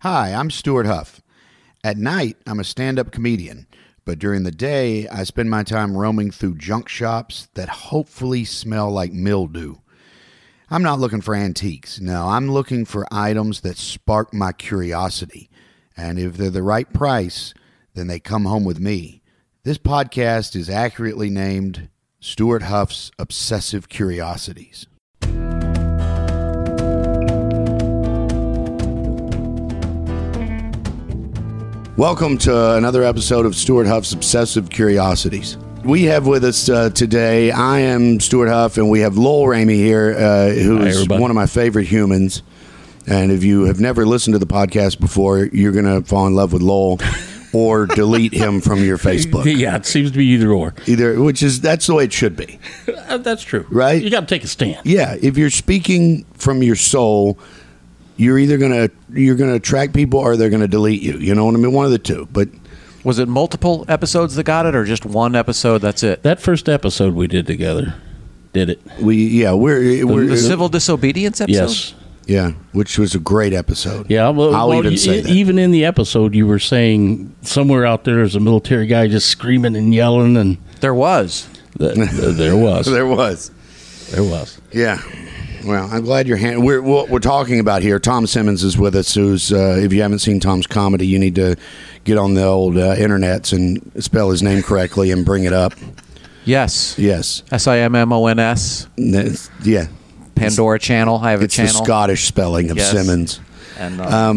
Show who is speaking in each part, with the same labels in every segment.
Speaker 1: Hi, I'm Stuart Huff. At night, I'm a stand up comedian, but during the day, I spend my time roaming through junk shops that hopefully smell like mildew. I'm not looking for antiques. No, I'm looking for items that spark my curiosity. And if they're the right price, then they come home with me. This podcast is accurately named Stuart Huff's Obsessive Curiosities. Welcome to another episode of Stuart Huff's Obsessive Curiosities. We have with us uh, today, I am Stuart Huff, and we have Lowell Ramey here, uh, who
Speaker 2: Hi,
Speaker 1: is
Speaker 2: everybody.
Speaker 1: one of my favorite humans. And if you have never listened to the podcast before, you're going to fall in love with Lowell or delete him from your Facebook.
Speaker 2: Yeah, it seems to be either or.
Speaker 1: Either, which is, that's the way it should be.
Speaker 2: Uh, That's true.
Speaker 1: Right?
Speaker 2: You got to take a stand.
Speaker 1: Yeah, if you're speaking from your soul, you're either gonna you're gonna attract people or they're gonna delete you. You know what I mean? One of the two. But
Speaker 3: Was it multiple episodes that got it, or just one episode? That's it.
Speaker 2: That first episode we did together did it.
Speaker 1: we yeah we're, we're
Speaker 3: The civil disobedience episode.
Speaker 2: Yes.
Speaker 1: yeah, which was a great episode.
Speaker 2: Yeah. Well,
Speaker 1: I'll
Speaker 2: well,
Speaker 1: even
Speaker 2: e-
Speaker 1: say that.
Speaker 2: Even in the episode, you were saying somewhere out there is a military guy just screaming and yelling, and
Speaker 3: there was.
Speaker 2: th- th- there was.
Speaker 1: there was.
Speaker 2: There was.
Speaker 1: Yeah. Well, I'm glad you're hand. We're what we're talking about here. Tom Simmons is with us. Who's uh, if you haven't seen Tom's comedy, you need to get on the old uh, internets and spell his name correctly and bring it up.
Speaker 3: Yes.
Speaker 1: Yes.
Speaker 3: S i m m o n s.
Speaker 1: That's- yeah.
Speaker 3: Pandora channel. I have a
Speaker 1: It's the um,
Speaker 3: channel.
Speaker 1: Scottish spelling of
Speaker 3: Yes.
Speaker 1: Simmons.
Speaker 3: and uh,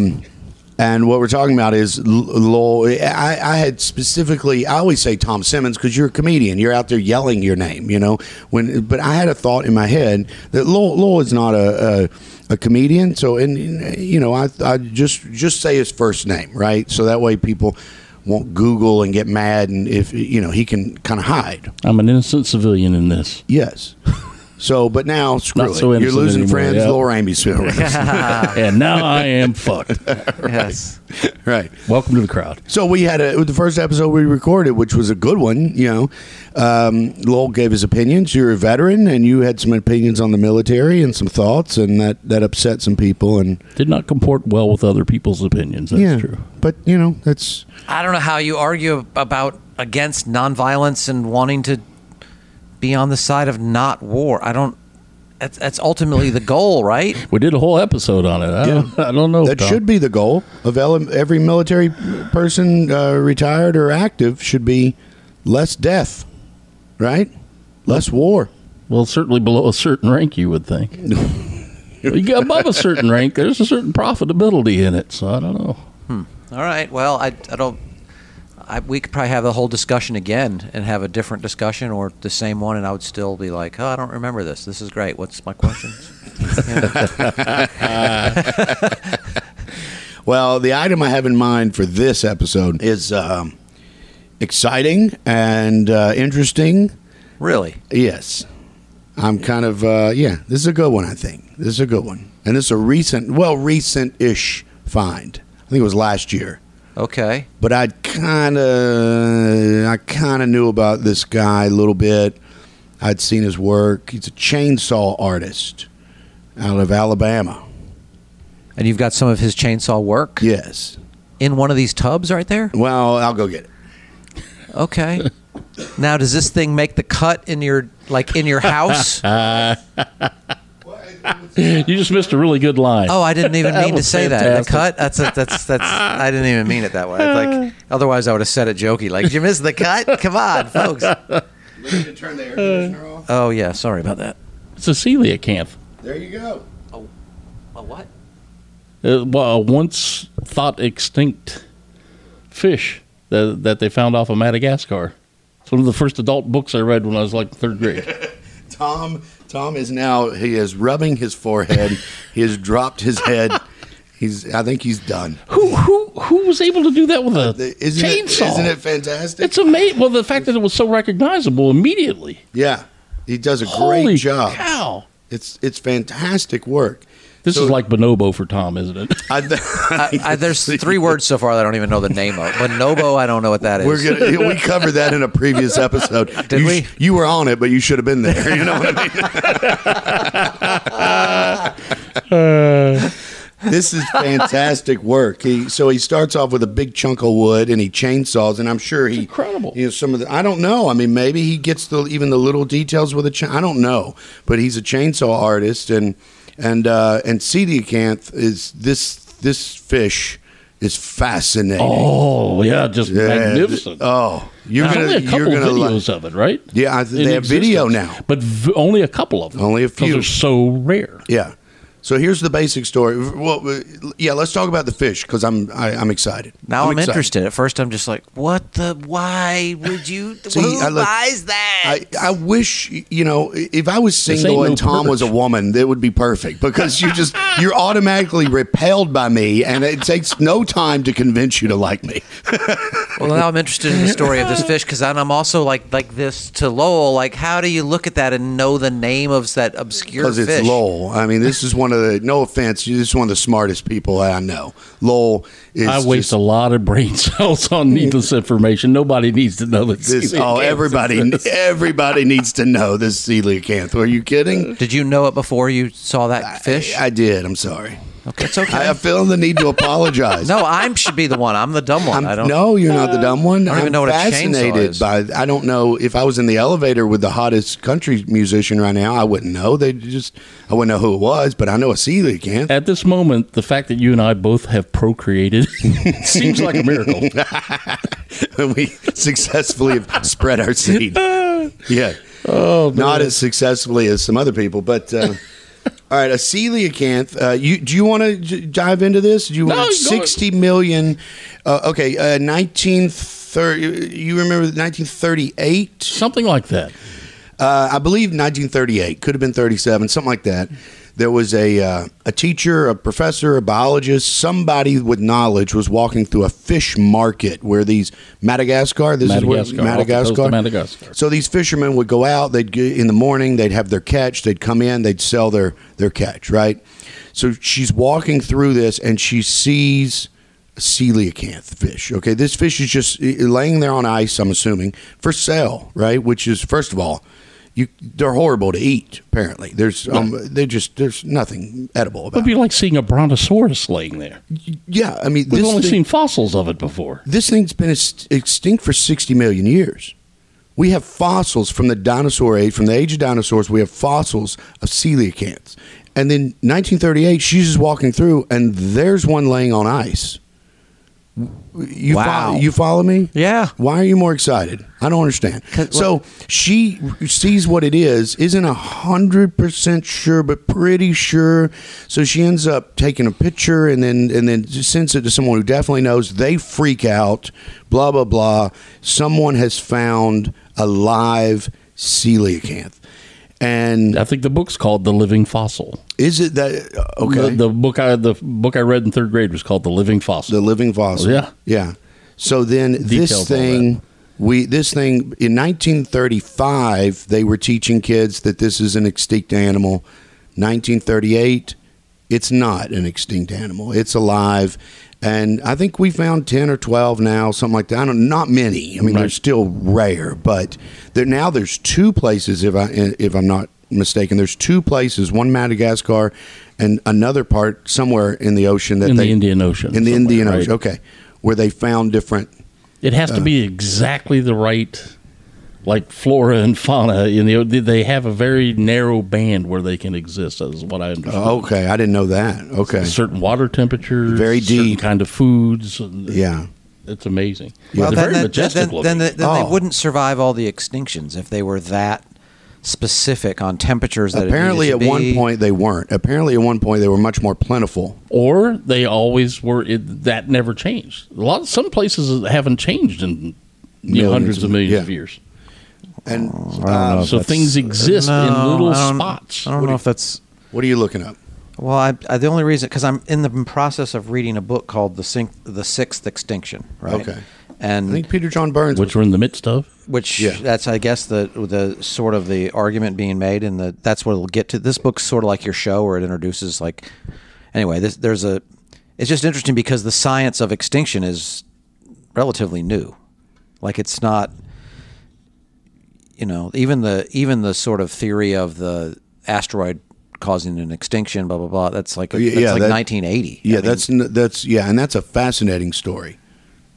Speaker 1: And what we're talking about is L- Lowell. I, I had specifically, I always say Tom Simmons because you're a comedian. You're out there yelling your name, you know. When, but I had a thought in my head that Lowell, Lowell is not a, a a comedian. So, and you know, I, I just just say his first name, right? So that way people won't Google and get mad, and if you know, he can kind of hide.
Speaker 2: I'm an innocent civilian in this.
Speaker 1: Yes. So, but now screw
Speaker 2: Not
Speaker 1: it.
Speaker 2: so
Speaker 1: you're
Speaker 2: innocent
Speaker 1: losing
Speaker 2: anymore,
Speaker 1: friends.
Speaker 2: yeah.
Speaker 1: Lowell Ramey's Ah.
Speaker 2: and now I am fucked.
Speaker 3: yes.
Speaker 1: right.
Speaker 2: Welcome to the crowd.
Speaker 1: So we had a the first episode we recorded, which was a good one. You know, um, Lowell gave his opinions. You're a veteran, and you had some opinions on the military and some thoughts, and that that upset some people. And
Speaker 2: Did not comport well with other people's opinions. That's
Speaker 1: yeah,
Speaker 2: true.
Speaker 1: but you know, that's
Speaker 3: I don't know how you argue about against nonviolence and wanting to be on the side of not war. I don't. That's, that's ultimately the goal, right?
Speaker 2: We did a whole episode on it. I, don't, I don't know.
Speaker 1: that
Speaker 2: Tom.
Speaker 1: should be the goal of ele- every military person, uh, retired or active, should be less death, right? Less war.
Speaker 2: Well, certainly below a certain rank, you would think. you get above a certain rank, there's a certain profitability in it. So I don't know.
Speaker 3: All right. Well, I, I don't. I, we could probably have the whole discussion again and have a different discussion or the same one, and I would still be like, "Oh, I don't remember this. This is great. What's my question?"
Speaker 1: Well, the item I have in mind for this episode is um, exciting and uh, interesting.
Speaker 3: really?
Speaker 1: Yes. I'm kind of uh, yeah. This is a good one, I think. This is a good one, and this is a recent, well, recent-ish find. I think it was last year,
Speaker 3: Okay.
Speaker 1: but I kind of, I kind of knew about this guy a little bit. I'd seen his work. He's a chainsaw artist out of Alabama.
Speaker 3: And you've got some of his chainsaw work
Speaker 1: Yes.
Speaker 3: in one of these tubs right there.
Speaker 1: Well, I'll go get it.
Speaker 3: Okay. now, does this thing make the cut in your like in your house? oh,
Speaker 2: You just missed a really good line.
Speaker 1: Oh.
Speaker 3: Oh, I didn't even
Speaker 2: That
Speaker 3: mean to
Speaker 2: was
Speaker 3: say that. The
Speaker 2: fantastic.
Speaker 3: cut? That's a, that's that's. I didn't even mean it that way. Like otherwise, I would have said it jokey. Like, did you miss the cut? Come on, folks.
Speaker 1: turn the air conditioner off.
Speaker 3: Oh yeah, sorry about that.
Speaker 2: Cecilia Camp,
Speaker 1: There you go.
Speaker 3: A what?
Speaker 2: uh, well, a once thought extinct fish that, that they found off of Madagascar. It's one of the first adult books I read when I was like third grade.
Speaker 1: Tom Tom is now he is rubbing his forehead. he has dropped his head. He's I think he's done.
Speaker 2: who who who was able to do that with a
Speaker 1: Uh, Isn't
Speaker 2: chainsaw?
Speaker 1: it isn't it fantastic?
Speaker 2: it's amazing. Well, the fact that it was so recognizable immediately.
Speaker 1: yeah. He does a
Speaker 2: Holy
Speaker 1: great job.
Speaker 2: Cow!
Speaker 1: It's it's fantastic work.
Speaker 2: This
Speaker 1: So-
Speaker 2: is like bonobo for Tom, isn't it?
Speaker 1: I, th-
Speaker 3: I, I, there's three words so far that I don't even know the name of. But Nobo, I don't know what that is.
Speaker 1: We're gonna, we covered that in a previous episode.
Speaker 3: Did
Speaker 1: you,
Speaker 3: we?
Speaker 1: You were on it, but you should have been there. You know what I mean? this is fantastic work. He, so he starts off with a big chunk of wood and he chainsaws, and I'm sure he
Speaker 2: incredible.
Speaker 1: You know, some of the I don't know. I mean, maybe he gets the even the little details with a chain. I don't know, but he's a chainsaw artist, and and uh, and coelacanth is this this fish is fascinating.
Speaker 2: Oh yeah, just
Speaker 1: Yeah.
Speaker 2: magnificent.
Speaker 1: Oh, you're
Speaker 2: There's
Speaker 1: gonna
Speaker 2: only a couple
Speaker 1: you're gonna like-
Speaker 2: videos of it, right?
Speaker 1: Yeah, I th-
Speaker 2: In
Speaker 1: they have video
Speaker 2: existence.
Speaker 1: now.
Speaker 2: but v- only a couple of them.
Speaker 1: Only a
Speaker 2: 'cause
Speaker 1: few.
Speaker 2: They're so rare.
Speaker 1: Yeah. So here's the basic story. Well, uh, yeah, let's talk about the fish because I'm I, I'm excited.
Speaker 3: Now I'm,
Speaker 1: excited.
Speaker 3: interested. At first, I'm just like, what the? Why would you?
Speaker 1: See,
Speaker 3: who
Speaker 1: I look-
Speaker 3: buys that?
Speaker 1: I, I wish you know if I was
Speaker 2: ain't
Speaker 1: single and
Speaker 2: no
Speaker 1: Tom was a
Speaker 2: perch.
Speaker 1: woman, that would be perfect because you just you're automatically repelled by me, and it takes no time to convince you to like me.
Speaker 3: well, now I'm interested in the story of this fish because I'm also like like this to Lowell. Like, how do you look at that and know the name of that obscure
Speaker 1: Because
Speaker 3: fish?
Speaker 1: it's Lowell. I mean, this is one of the no offense, this is one of the smartest people I know. Lowell is
Speaker 2: I waste
Speaker 1: just-
Speaker 2: a lot of brain cells on needless information. Nobody needs to know that.
Speaker 1: This,
Speaker 2: Celia
Speaker 1: oh,
Speaker 2: Gantz
Speaker 1: everybody,
Speaker 2: exists.
Speaker 1: everybody needs to know this coelacanth. Are you kidding?
Speaker 3: Did you know it before you saw that fish?
Speaker 1: I, I did. I'm sorry.
Speaker 3: okay, it's okay.
Speaker 1: I, I feel the need to apologize.
Speaker 3: no, I should be the one. I'm the dumb one.
Speaker 1: I'm,
Speaker 3: I don't.
Speaker 1: no, you're not the dumb one. I
Speaker 3: don't
Speaker 1: am
Speaker 3: even know what a chainsaw
Speaker 1: fascinated
Speaker 3: is.
Speaker 1: by. I don't know if I was in the elevator with the hottest country musician right now, I wouldn't know. They just, I wouldn't know who it was, but I know a coelacanth.
Speaker 2: At this moment, the fact that you and I both have procreated seems like a miracle.
Speaker 1: and we successfully have spread our seed. Yeah. Oh, not as successfully as some other people, but. Uh, All right, a coelacanth. Uh, you do you want to j- dive into this? Do you
Speaker 2: No,
Speaker 1: want
Speaker 2: go-
Speaker 1: sixty million? Uh, okay, uh, nineteen thirty. You remember nineteen thirty-eight?
Speaker 2: Something like that.
Speaker 1: uh, I believe 1938, could have been 37, something like that. There was a uh, a teacher, a professor, a biologist, somebody with knowledge was walking through a fish market where these Madagascar. This is
Speaker 2: Madagascar,
Speaker 1: where
Speaker 2: off the coast
Speaker 1: Madagascar.
Speaker 2: of Madagascar.
Speaker 1: So these fishermen would go out. They'd go in the morning. They'd have their catch. They'd come in. They'd sell their their catch. Right. So she's walking through this and she sees a coelacanth fish. Okay, this fish is just eh, laying there on ice. I'm assuming for sale. Right. Which is first of all. You, they're horrible to eat. Apparently, there's um, they just there's nothing edible
Speaker 2: It would
Speaker 1: about.
Speaker 2: be
Speaker 1: It.
Speaker 2: like seeing a brontosaurus laying there.
Speaker 1: Yeah, I mean,
Speaker 2: We've
Speaker 1: this
Speaker 2: only
Speaker 1: thing-
Speaker 2: seen fossils of it before.
Speaker 1: this thing's been ex- extinct for 60 million years. We have fossils from the dinosaur age, from the age of dinosaurs, we have fossils of coelacanths. And then 1938, she's just walking through, and there's one laying on ice. You
Speaker 3: Wow.
Speaker 1: Follow, you follow me?
Speaker 3: Yeah.
Speaker 1: Why are you more excited? I don't understand.
Speaker 3: 'Cause-
Speaker 1: So she sees what it is, isn't a hundred percent sure, but pretty sure. So she ends up taking a picture and then and then sends it to someone who definitely knows. They freak out. Blah blah blah. Someone has found a live coelacanth, and
Speaker 2: I think the book's called The Living Fossil.
Speaker 1: is it that okay?
Speaker 2: The, the book I the book I read in third grade was called The Living Fossil.
Speaker 1: The living fossil.
Speaker 2: Oh, Yeah.
Speaker 1: Yeah. So then
Speaker 2: Details all
Speaker 1: this thing we this thing in 1935 they were teaching kids that this is an extinct animal. 1938 it's not an extinct animal. It's alive. And I think we found 10 or 12 now, something like that. I don't not many. I mean they're
Speaker 2: Right.
Speaker 1: still rare, but there now there's two places if I if I'm not mistaken there's two places one Madagascar and another part somewhere in the ocean that
Speaker 2: In the
Speaker 1: they
Speaker 2: Indian Ocean
Speaker 1: in the
Speaker 2: somewhere,
Speaker 1: Indian
Speaker 2: right?
Speaker 1: Ocean okay where they found different
Speaker 2: It has to
Speaker 1: uh.
Speaker 2: be exactly the right like flora and fauna in the they have a very narrow band where they can exist is what I understand.
Speaker 1: oh, okay I didn't know that okay
Speaker 2: Certain water temperatures,
Speaker 1: Very
Speaker 2: certain
Speaker 1: deep.
Speaker 2: kind of foods. and-
Speaker 1: yeah
Speaker 2: It's amazing.
Speaker 3: Well,
Speaker 2: They're
Speaker 3: then,
Speaker 2: very
Speaker 3: then,
Speaker 2: majestic
Speaker 3: then,
Speaker 2: looking.
Speaker 3: then, then, then
Speaker 1: Oh.
Speaker 3: they wouldn't survive all the extinctions if they were that specific on temperatures that it
Speaker 1: apparently at
Speaker 3: needed to
Speaker 1: one
Speaker 3: be.
Speaker 1: point they weren't apparently at one point they were much more plentiful
Speaker 2: or they always were. It, that never changed. A lot. Some places haven't changed in you know,
Speaker 1: Millions
Speaker 2: hundreds
Speaker 1: of-
Speaker 2: of millions
Speaker 1: yeah.
Speaker 2: of years.
Speaker 1: and
Speaker 2: Oh,
Speaker 3: know
Speaker 1: um,
Speaker 3: if
Speaker 2: so
Speaker 3: that's-
Speaker 2: things exist
Speaker 3: No,
Speaker 2: in little
Speaker 3: I don't-
Speaker 2: spots.
Speaker 3: I don't know if that's
Speaker 1: what are you looking up
Speaker 3: well. I, I the only reason because I'm in the process of reading a book called the Sink, the Sixth Extinction, right?
Speaker 1: Okay. I
Speaker 3: and
Speaker 1: think Peter John Burns
Speaker 2: Which
Speaker 1: was,
Speaker 2: we're in the midst of.
Speaker 3: which
Speaker 1: Yeah.
Speaker 3: that's I guess the the sort of the argument being made, and the that's what it'll get to. This book's sort of like your show, where it introduces like anyway. This, there's a it's just interesting because the science of extinction is relatively new. Like it's not you know even the even the sort of theory of the asteroid causing an extinction, blah blah blah. That's like
Speaker 1: Oh, yeah,
Speaker 3: that's
Speaker 1: yeah,
Speaker 3: like
Speaker 1: that-
Speaker 3: 1980. I
Speaker 1: Yeah,
Speaker 3: mean,
Speaker 1: that's n that's yeah, and that's a fascinating story.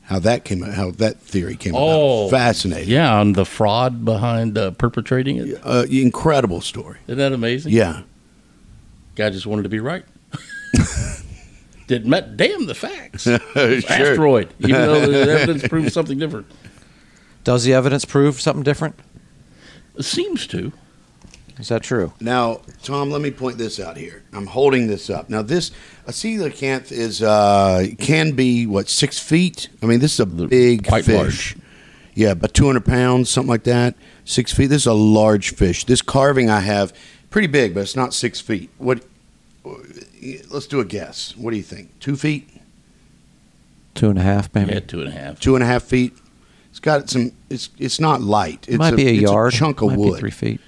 Speaker 1: How that came, how that theory came
Speaker 2: Oh.
Speaker 1: about. Fascinating,
Speaker 2: Yeah, and the fraud behind uh, perpetrating it.
Speaker 1: uh, incredible story.
Speaker 2: Isn't that amazing?
Speaker 1: Yeah,
Speaker 2: Guy just wanted to be right. Did met damn the facts.
Speaker 1: sure.
Speaker 2: Asteroid, even though the evidence proves something different.
Speaker 3: does the evidence prove something different?
Speaker 2: It seems to.
Speaker 3: Is that true?
Speaker 1: Now, Tom, let me point this out here. I'm holding this up. Now, this coelacanth is uh, can be what six feet. I mean, this is a big
Speaker 2: quite
Speaker 1: fish.
Speaker 2: large.
Speaker 1: Yeah, about 200 pounds, something like that. Six feet. This is a large fish. This carving I have, pretty big, but it's not six feet. What? Let's do a guess. What do you think? Two feet?
Speaker 3: Two and a half, maybe.
Speaker 2: Yeah, two and a half.
Speaker 1: Two and a half feet? It's got some. It's it's not light. It's
Speaker 3: it might be a
Speaker 1: it's
Speaker 3: yard.
Speaker 1: chunk of
Speaker 3: might
Speaker 1: wood.
Speaker 3: Be three feet.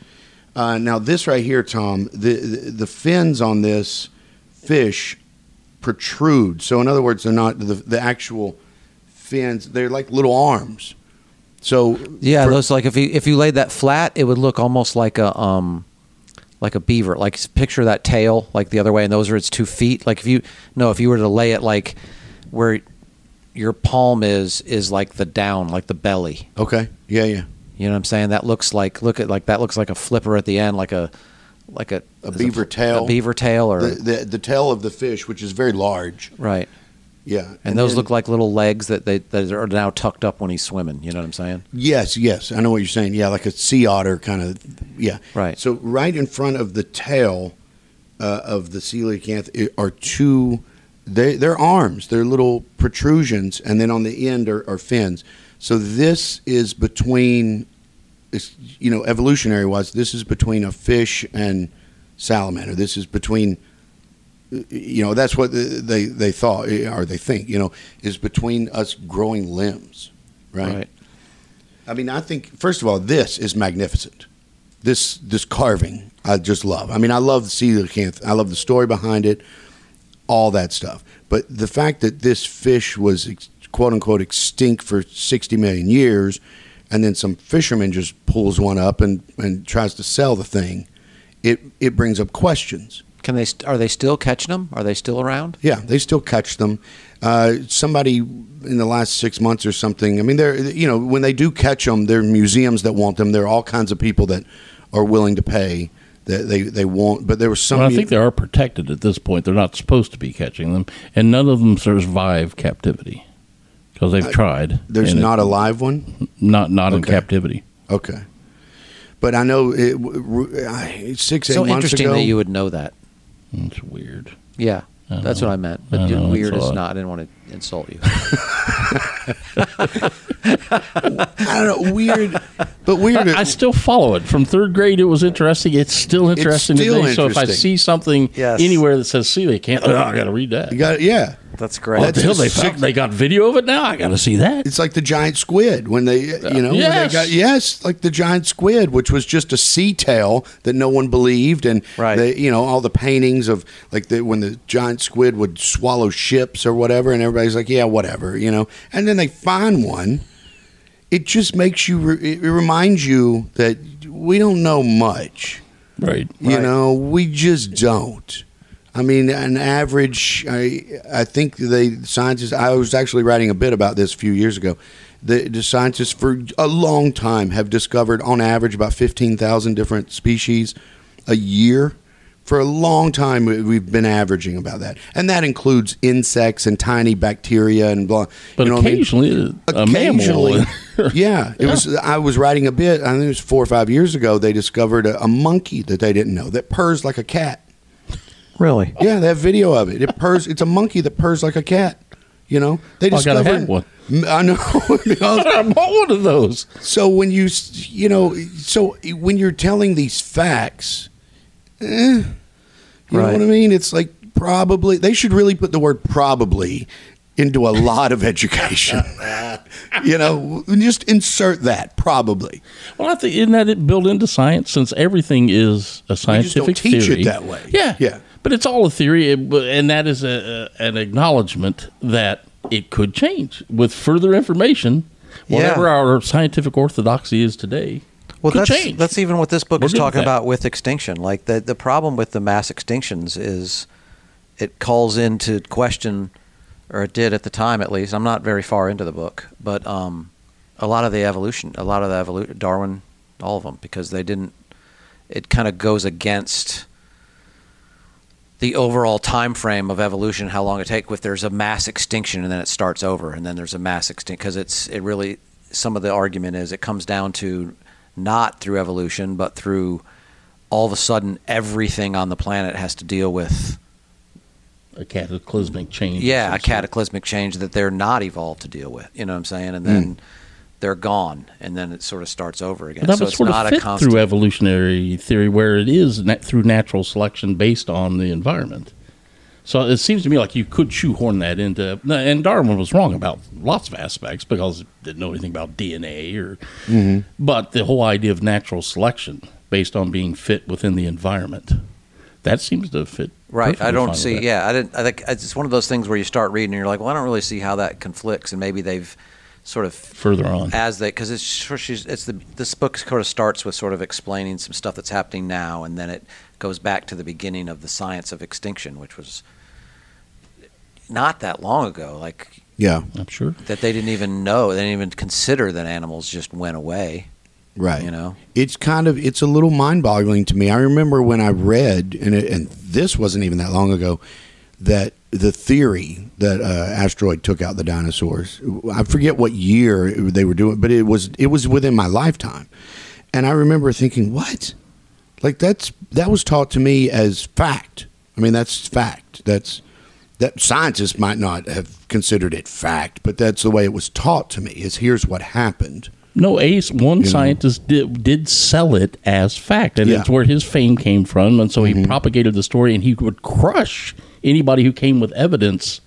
Speaker 1: Uh, now, this right here, Tom, the, the the fins on this fish protrude. So, in other words, they're not the, the actual fins. They're like little arms. So,
Speaker 3: Yeah,
Speaker 1: for-
Speaker 3: those like if you if you laid that flat, it would look almost like a um like a beaver. Like s- picture that tail like the other way, and those are its two feet. Like if you no, if you were to lay it like where your palm is is like the down, like the belly.
Speaker 1: okay, yeah, yeah,
Speaker 3: You know what I'm saying? That looks like look at like that looks like a flipper at the end, like a like a
Speaker 1: a
Speaker 3: is it
Speaker 1: beaver
Speaker 3: fl-
Speaker 1: tail,
Speaker 3: a beaver tail, or
Speaker 1: the, the the tail of the fish, which is very large.
Speaker 3: right.
Speaker 1: Yeah,
Speaker 3: And, those
Speaker 1: then-
Speaker 3: look like little legs that they that are now tucked up when he's swimming. You know what I'm saying?
Speaker 1: Yes, yes, I know what you're saying. Yeah, like a sea otter kind of. Yeah,
Speaker 3: Right.
Speaker 1: So right in front of the tail uh, of the coelacanth i- are two. They they're arms. They're little protrusions, and then on the end are, are fins. So this is between, it's, you know, evolutionary wise, this is between a fish and salamander. This is between, you know, that's what they they thought or they think. You know, is between us growing limbs, right? I mean, I think first of all, this is magnificent. This this carving, I just love. I mean, I love the coelacanth. I love the story behind it, all that stuff. But the fact that this fish was ex- quote unquote extinct for sixty million years, and then some fisherman just pulls one up and, and tries to sell the thing, it it brings up questions.
Speaker 3: Can they? St- are they still catching them? Are they still around?
Speaker 1: Yeah, they still catch them. Uh, somebody in the last six months or something. I mean, they're you know when they do catch them, there are museums that want them. There are all kinds of people that are willing to pay that they they want. But there was some.
Speaker 2: Well, I think they are protected at this point. They're not supposed to be catching them, and none of them survive captivity because they've tried.
Speaker 1: there's
Speaker 2: and it-
Speaker 1: not a live one.
Speaker 2: not not in
Speaker 1: Okay.
Speaker 2: captivity.
Speaker 1: Okay, but I know it, w- I- six eight
Speaker 3: so
Speaker 1: months
Speaker 3: interesting
Speaker 1: ago.
Speaker 3: that you would know that.
Speaker 2: It's weird.
Speaker 3: Yeah,
Speaker 2: I
Speaker 3: that's
Speaker 2: know.
Speaker 3: what I meant.
Speaker 2: I
Speaker 3: But
Speaker 2: know,
Speaker 3: dude,
Speaker 2: it's
Speaker 3: weird
Speaker 2: a
Speaker 3: is
Speaker 2: lot.
Speaker 3: not. I didn't want to insult you.
Speaker 1: I don't know, weird, but weird.
Speaker 2: I still follow it from third grade. It was interesting. It's still interesting
Speaker 1: still
Speaker 2: today. So if I
Speaker 1: interesting.
Speaker 2: see something
Speaker 3: Yes.
Speaker 2: anywhere that says "see," they can't. Oh, I got to read that.
Speaker 1: you got yeah.
Speaker 3: that's
Speaker 2: What
Speaker 1: That's
Speaker 2: the hell? They
Speaker 1: just
Speaker 2: found,
Speaker 1: sick.
Speaker 2: they got video of it now. I got to see that.
Speaker 1: It's like the giant squid when they, you know, when
Speaker 2: Yes.
Speaker 1: they got yes, like the giant squid, which was just a sea tail that no one believed, and
Speaker 3: Right.
Speaker 1: they, you know, all the paintings of like the, when the giant squid would swallow ships or whatever, and everybody's like, yeah, whatever, you know, and then they find one. It just makes you, re- it reminds you that we don't know much.
Speaker 2: Right.
Speaker 1: You
Speaker 3: Right.
Speaker 1: know, we just don't. I mean, an average. I I think they scientists. I was actually writing a bit about this a few years ago. The, the scientists for a long time have discovered, on average, about fifteen thousand different species a year. For a long time, we- we've been averaging about that, and that includes insects and tiny bacteria and blah.
Speaker 2: But
Speaker 1: you know what I mean?
Speaker 2: occasionally, uh, a
Speaker 1: occasionally
Speaker 2: mammal.
Speaker 1: yeah it was i was writing a bit i think it was four or five years ago they discovered a, a monkey that they didn't know that purrs like a cat
Speaker 3: really.
Speaker 1: yeah they have video of it it purrs it's a monkey that purrs like a cat you know they
Speaker 2: Well, Oh, I gotta
Speaker 1: discovered
Speaker 2: have one.
Speaker 1: i know
Speaker 2: I bought one of those.
Speaker 1: so when you s- you know so when you're telling these facts eh, you know
Speaker 3: Right.
Speaker 1: what i mean it's like probably they should really put the word probably into a lot of education you know just insert that probably
Speaker 2: Well, I think isn't that it built into science since everything is a scientific
Speaker 1: don't teach it
Speaker 2: theory.
Speaker 1: that way.
Speaker 2: Yeah,
Speaker 1: Yeah.
Speaker 2: But it's all a theory, and- and that is a, a, an acknowledgement that it could change with further information. Whatever
Speaker 3: Yeah.
Speaker 2: our scientific orthodoxy is today,
Speaker 3: Well,
Speaker 2: could
Speaker 3: that's
Speaker 2: change.
Speaker 3: that's even what this book
Speaker 2: We're
Speaker 3: is
Speaker 2: good with
Speaker 3: talking
Speaker 2: that.
Speaker 3: about with extinction. Like the the problem with the mass extinctions is it calls into question, or it did at the time at least. I'm not very far into the book, but um, a lot of the evolution, a lot of the evolution, Darwin, all of them, because they didn't. It kind of goes against the overall time frame of evolution, how long it take. If there's a mass extinction and then it starts over, and then there's a mass extinction, because it's it really some of the argument is it comes down to not through evolution, but through all of a sudden everything on the planet has to deal with
Speaker 2: a cataclysmic change. of
Speaker 3: yeah
Speaker 2: some
Speaker 3: a
Speaker 2: sort.
Speaker 3: cataclysmic change that they're not evolved to deal with. You know what I'm saying? And then they're gone, and then it sort of starts over again.
Speaker 2: But Hmm. that
Speaker 3: so
Speaker 2: would
Speaker 3: it's
Speaker 2: sort
Speaker 3: not
Speaker 2: of fit
Speaker 3: a constant.
Speaker 2: through evolutionary theory, where it is na- through natural selection based on the environment. So it seems to me like you could shoehorn that into. no, And Darwin was wrong about lots of aspects because he didn't know anything about DNA or. But the whole idea of natural selection based on being fit within the environment, that seems to fit.
Speaker 3: Right.
Speaker 2: perfectly
Speaker 3: I
Speaker 2: fine
Speaker 3: don't
Speaker 2: with
Speaker 3: see.
Speaker 2: that.
Speaker 3: Yeah, I didn't. I think it's one of those things where you start reading and you're like, well, I don't really see how that conflicts, and maybe they've sort of
Speaker 2: Further on,
Speaker 3: as they because it's sure she's it's the this book sort of starts with sort of explaining some stuff that's happening now, and then it goes back to the beginning of the science of extinction, which was not that long ago. Like
Speaker 1: Yeah,
Speaker 2: I'm sure.
Speaker 3: that they didn't even know, they didn't even consider that animals just went away.
Speaker 1: right.
Speaker 3: You know.
Speaker 1: it's kind of it's a little mind-boggling to me. I remember when I read, and it, and this wasn't even that long ago, that the theory that uh, asteroid took out the dinosaurs. I forget what year they were doing, but it was it was within my lifetime, and I remember thinking, what? Like that's that was taught to me as fact. I mean, that's fact. That's that scientists might not have considered it fact, but that's the way it was taught to me. Is here's what happened.
Speaker 2: No, Ace. One
Speaker 1: know.
Speaker 2: scientist did, did sell it as fact, and
Speaker 1: Yeah. Mm-hmm.
Speaker 2: it's where his fame came from. And so he propagated the story, and he would crush anybody who came with evidence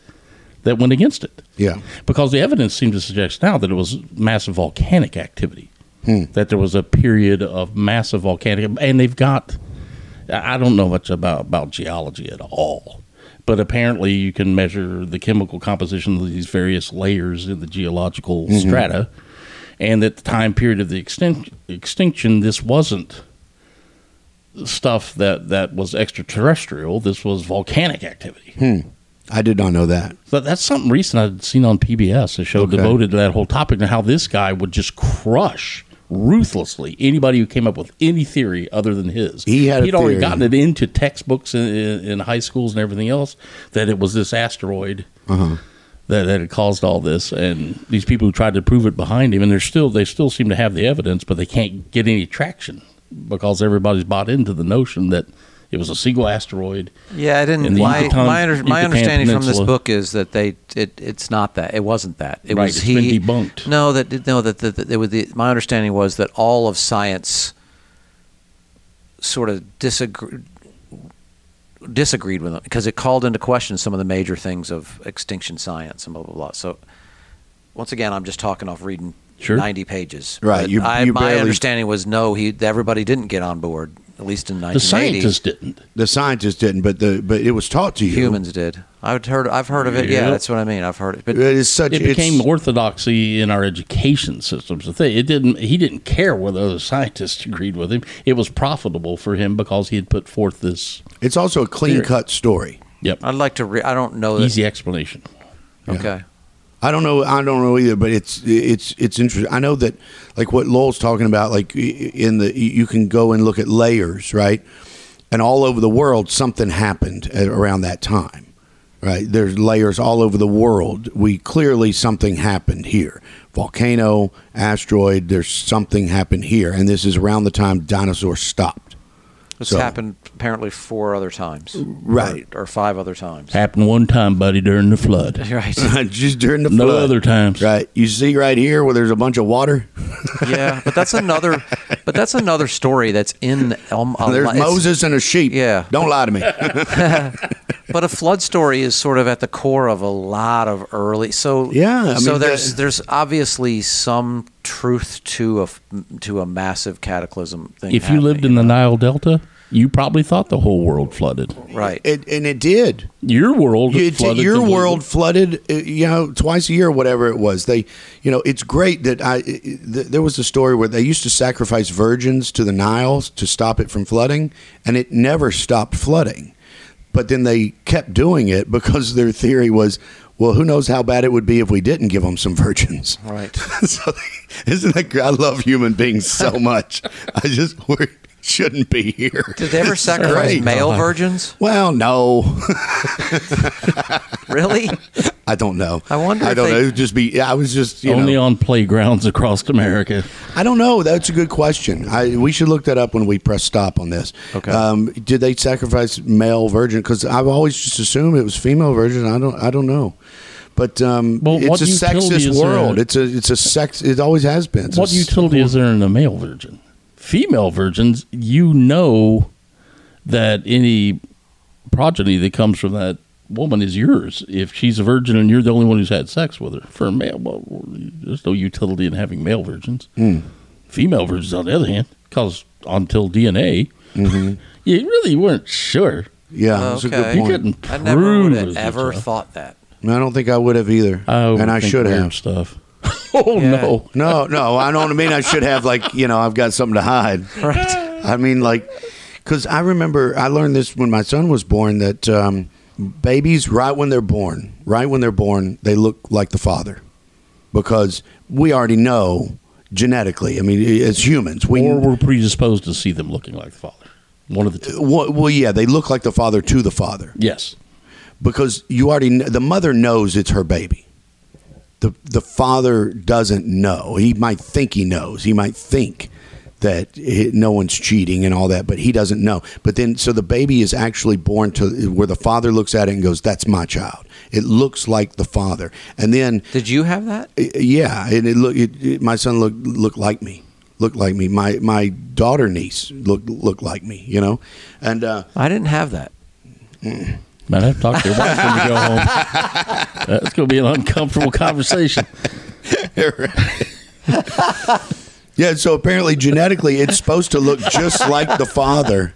Speaker 2: that went against it,
Speaker 1: Yeah.
Speaker 2: because the evidence seemed to suggest now that it was massive volcanic activity, that there was a period of massive volcanic, and they've got. I don't know much about about geology at all. But apparently, you can measure the chemical composition of these various layers in the geological strata, and at the time period of the extin- extinction, this wasn't stuff that, that was extraterrestrial. This was volcanic activity.
Speaker 1: I did not know that.
Speaker 2: So that's something recent I'd seen on PBS, a show
Speaker 1: Okay.
Speaker 2: devoted to that whole topic, and how this guy would just crush ruthlessly anybody who came up with any theory other than his.
Speaker 1: He had a
Speaker 2: He'd already
Speaker 1: theory.
Speaker 2: gotten it into textbooks in, in, in high schools and everything else that it was this asteroid
Speaker 1: Uh-huh.
Speaker 2: that, that had caused all this, and these people who tried to prove it behind him, and they're still they still seem to have the evidence, but they can't get any traction because everybody's bought into the notion that it was a single asteroid.
Speaker 3: Yeah, I
Speaker 2: in
Speaker 3: didn't.
Speaker 2: the
Speaker 3: My
Speaker 2: Yucatan-
Speaker 3: my, under, my
Speaker 2: Yucatan
Speaker 3: understanding from this
Speaker 2: Peninsula.
Speaker 3: book is that they it it's not that it wasn't that it
Speaker 2: Right,
Speaker 3: was
Speaker 2: it's
Speaker 3: he
Speaker 2: been debunked.
Speaker 3: No, that no that that, that it was the, my understanding was that all of science sort of disagree, disagreed with them because it called into question some of the major things of extinction science and blah blah blah. So once again, I'm just talking off reading
Speaker 2: Sure.
Speaker 3: 90 pages.
Speaker 1: Right,
Speaker 3: But
Speaker 1: you-
Speaker 3: I,
Speaker 1: you
Speaker 3: my
Speaker 1: barely-
Speaker 3: understanding was no, he everybody didn't get on board at least in
Speaker 2: The
Speaker 3: 1980.
Speaker 2: scientists didn't.
Speaker 1: The scientists didn't, but the but it was taught to you.
Speaker 3: Humans did. I've heard. I've heard of it. Yeah,
Speaker 2: Yep.
Speaker 3: that's what I mean. I've heard it. But
Speaker 1: It is such.
Speaker 2: it
Speaker 1: it's-
Speaker 2: became orthodoxy in our education systems. The thing it didn't he didn't care whether other scientists agreed with him. It was profitable for him because he had put forth this
Speaker 1: It's also a clean cut story.
Speaker 2: yep
Speaker 3: I'd like to. Re- I don't know. That,
Speaker 2: easy explanation.
Speaker 3: Okay.
Speaker 1: I don't know. I don't know either. But it's it's it's interesting. I know that like what Lowell's talking about. Like i- in the you can go and look at layers, right? And all over the world, something happened at, around that time, right? There's layers all over the world. We clearly something happened here. Volcano, asteroid. There's something happened here, and this is around the time dinosaurs stopped.
Speaker 3: It's
Speaker 1: So-
Speaker 3: happened apparently four other times.
Speaker 1: Right.
Speaker 3: Or, or five other times.
Speaker 2: Happened one time, buddy, during the flood.
Speaker 3: Right.
Speaker 1: Just during the
Speaker 2: No
Speaker 1: flood.
Speaker 2: other times.
Speaker 1: Right. You see right here where there's a bunch of water.
Speaker 3: yeah. But that's another. But that's another story that's in. Um, a
Speaker 1: There's
Speaker 3: lot- it's-
Speaker 1: Moses and a sheep.
Speaker 3: Yeah.
Speaker 1: Don't lie to me.
Speaker 3: But a flood story is sort of at the core of a lot of early. So
Speaker 1: Yeah, I
Speaker 3: so
Speaker 1: mean,
Speaker 3: there's
Speaker 1: that-
Speaker 3: there's obviously some truth to a f- to a massive cataclysm thing.
Speaker 2: If you lived in the Nile Delta, You probably thought the whole world flooded.
Speaker 3: Right.
Speaker 1: It, and it did.
Speaker 2: Your world
Speaker 1: It,
Speaker 2: flooded.
Speaker 1: your
Speaker 2: the
Speaker 1: world, flooded, uh, you know, twice a year, or whatever it was. They, you know, it's great that I. th- there was a story where they used to sacrifice virgins to the Nile to stop it from flooding, and it never stopped flooding. But then they kept doing it because their theory was, well, who knows how bad it would be if we didn't give them some virgins.
Speaker 3: Right.
Speaker 1: so, they- isn't that? gr- I love human beings so much. I just we shouldn't be here.
Speaker 3: Did they ever
Speaker 1: It's
Speaker 3: sacrifice
Speaker 1: great. Uh-huh.
Speaker 3: male virgins?
Speaker 1: Well, no.
Speaker 3: Really?
Speaker 1: I don't know.
Speaker 3: I wonder
Speaker 1: I
Speaker 3: if
Speaker 1: don't
Speaker 3: they-
Speaker 1: know. It would just be. yeah, I was just. You
Speaker 2: Only
Speaker 1: know,
Speaker 2: on playgrounds across America.
Speaker 1: I don't know. That's a good question. I we should look that up when we press stop on this.
Speaker 3: Okay.
Speaker 1: Um, did they sacrifice male virgin? Because I've always just assumed it was female virgin. I don't. I don't know. But um,
Speaker 2: Well,
Speaker 1: it's
Speaker 2: what
Speaker 1: a
Speaker 2: utility
Speaker 1: sexist
Speaker 2: is there-
Speaker 1: world. It's a. It's a sex. It always has been. It's a
Speaker 2: What
Speaker 1: s-
Speaker 2: utility is there in a male virgin? Female virgins, you know that any progeny that comes from that woman is yours. If she's a virgin and you're the only one who's had sex with her, for a male, well, there's no utility in having male virgins.
Speaker 1: Hmm.
Speaker 2: Female virgins, on the other hand, because until DNA,
Speaker 1: Mm-hmm.
Speaker 2: you really weren't sure.
Speaker 1: Yeah. That's a good
Speaker 3: Oh, Okay.
Speaker 2: You
Speaker 1: point.
Speaker 2: couldn't
Speaker 3: I
Speaker 2: prove
Speaker 3: never would
Speaker 2: it was
Speaker 3: have ever
Speaker 2: yourself.
Speaker 3: thought that.
Speaker 1: I don't think I would have either. and I
Speaker 2: overthink
Speaker 1: should
Speaker 2: weird
Speaker 1: have.
Speaker 2: stuff. oh
Speaker 3: Yeah.
Speaker 2: no!
Speaker 1: No, no, I don't mean I should have like you know I've got something to hide. Right. I mean like, because I remember I learned this when my son was born that um, babies right when they're born, right when they're born, they look like the father, because we already know genetically. I mean, as humans, we
Speaker 2: Or we're predisposed to see them looking like the father. One of the two.
Speaker 1: well, well, yeah, they look like the father to the father.
Speaker 2: Yes.
Speaker 1: because you already kn- the mother knows it's her baby. The the father doesn't know. He might think he knows. He might think that it, no one's cheating and all that, but he doesn't know. But then so the baby is actually born to where the father looks at it and goes, "That's my child." It looks like the father. And then
Speaker 3: Did you have that?
Speaker 1: I- yeah, and it look it, it, my son looked looked like me. Looked like me. My my daughter niece looked looked like me, you know. And uh
Speaker 3: I didn't have that.
Speaker 2: Man, I have to talk to your wife when you go home. That's going to be an uncomfortable conversation.
Speaker 1: Yeah, so apparently genetically it's supposed to look just like the father.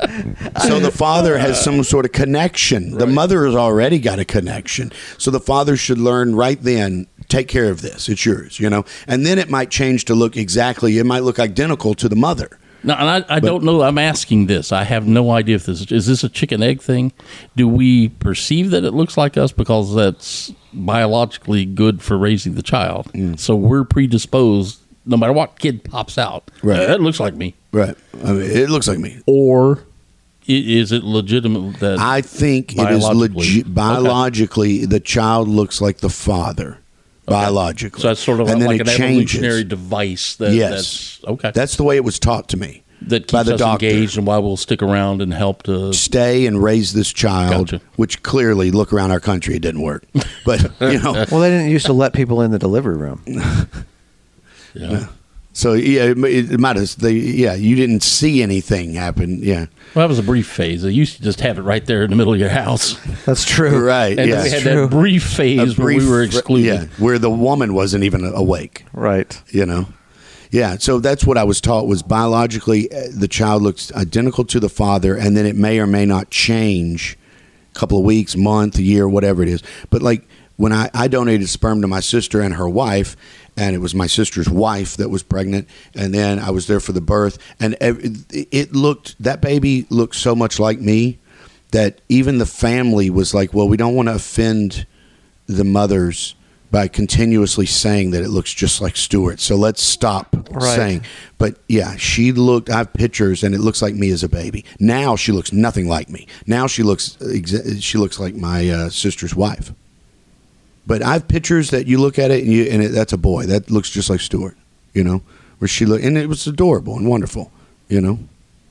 Speaker 1: So the father has some sort of connection. The mother has already got a connection. So the father should learn right then, take care of this. It's yours, you know. And then it might change to look exactly it might look identical to the mother.
Speaker 2: No, and I, I don't know. I'm asking this. I have no idea if this is this a chicken egg thing. Do we perceive that it looks like us because that's biologically good for raising the child?
Speaker 1: Mm.
Speaker 2: So we're predisposed, no matter what kid pops out.
Speaker 1: Right.
Speaker 2: "Uh, That looks like me.
Speaker 1: Right. I mean, it looks like me.
Speaker 2: Or i- is it legitimate that
Speaker 1: I think it is
Speaker 2: Biologically.
Speaker 1: legi-
Speaker 2: Okay.
Speaker 1: biologically the child looks like the father. Biologically.
Speaker 2: so that's sort of
Speaker 1: And then
Speaker 2: like an
Speaker 1: it changes.
Speaker 2: evolutionary device? That,
Speaker 1: Yes.
Speaker 2: That's, okay.
Speaker 1: That's the way it was taught to me.
Speaker 2: that keeps
Speaker 1: by the
Speaker 2: us
Speaker 1: doctor.
Speaker 2: engaged and why we'll stick around and help to
Speaker 1: stay and raise this child,
Speaker 2: Gotcha.
Speaker 1: which clearly, look around our country, it didn't work. But you know,
Speaker 3: Well, they didn't used to let people in the delivery room.
Speaker 2: yeah.
Speaker 1: so yeah, it, it might have. They, yeah, you didn't see anything happen. Yeah,
Speaker 2: Well, that was a brief phase. They used to just have it right there in the middle of your house.
Speaker 3: That's true.
Speaker 1: right.
Speaker 2: And
Speaker 1: yeah,
Speaker 2: we had
Speaker 3: true.
Speaker 2: that brief
Speaker 1: A
Speaker 2: phase
Speaker 1: brief-
Speaker 2: where we were excluded.
Speaker 1: Yeah, where the woman wasn't even awake.
Speaker 3: Right.
Speaker 1: You know. Yeah, so that's what I was taught was biologically uh, the child looks identical to the father, and then it may or may not change, a couple of weeks, month, a year, whatever it is. But like when I, I donated sperm to my sister and her wife, and it was my sister's wife that was pregnant, and then I was there for the birth, and ev- it it looked that baby looked so much like me that even the family was like, well, we don't want to offend the mothers by continuously saying that it looks just like Stuart. So let's stop
Speaker 3: Right.
Speaker 1: saying. But yeah, she looked. I have pictures, and it looks like me as a baby. Now she looks nothing like me. Now she looks exa- she looks like my uh, sister's wife. But I have pictures that you look at it, and, you, and it, that's a boy that looks just like Stuart. You know, where she looked, and it was adorable and wonderful. You know.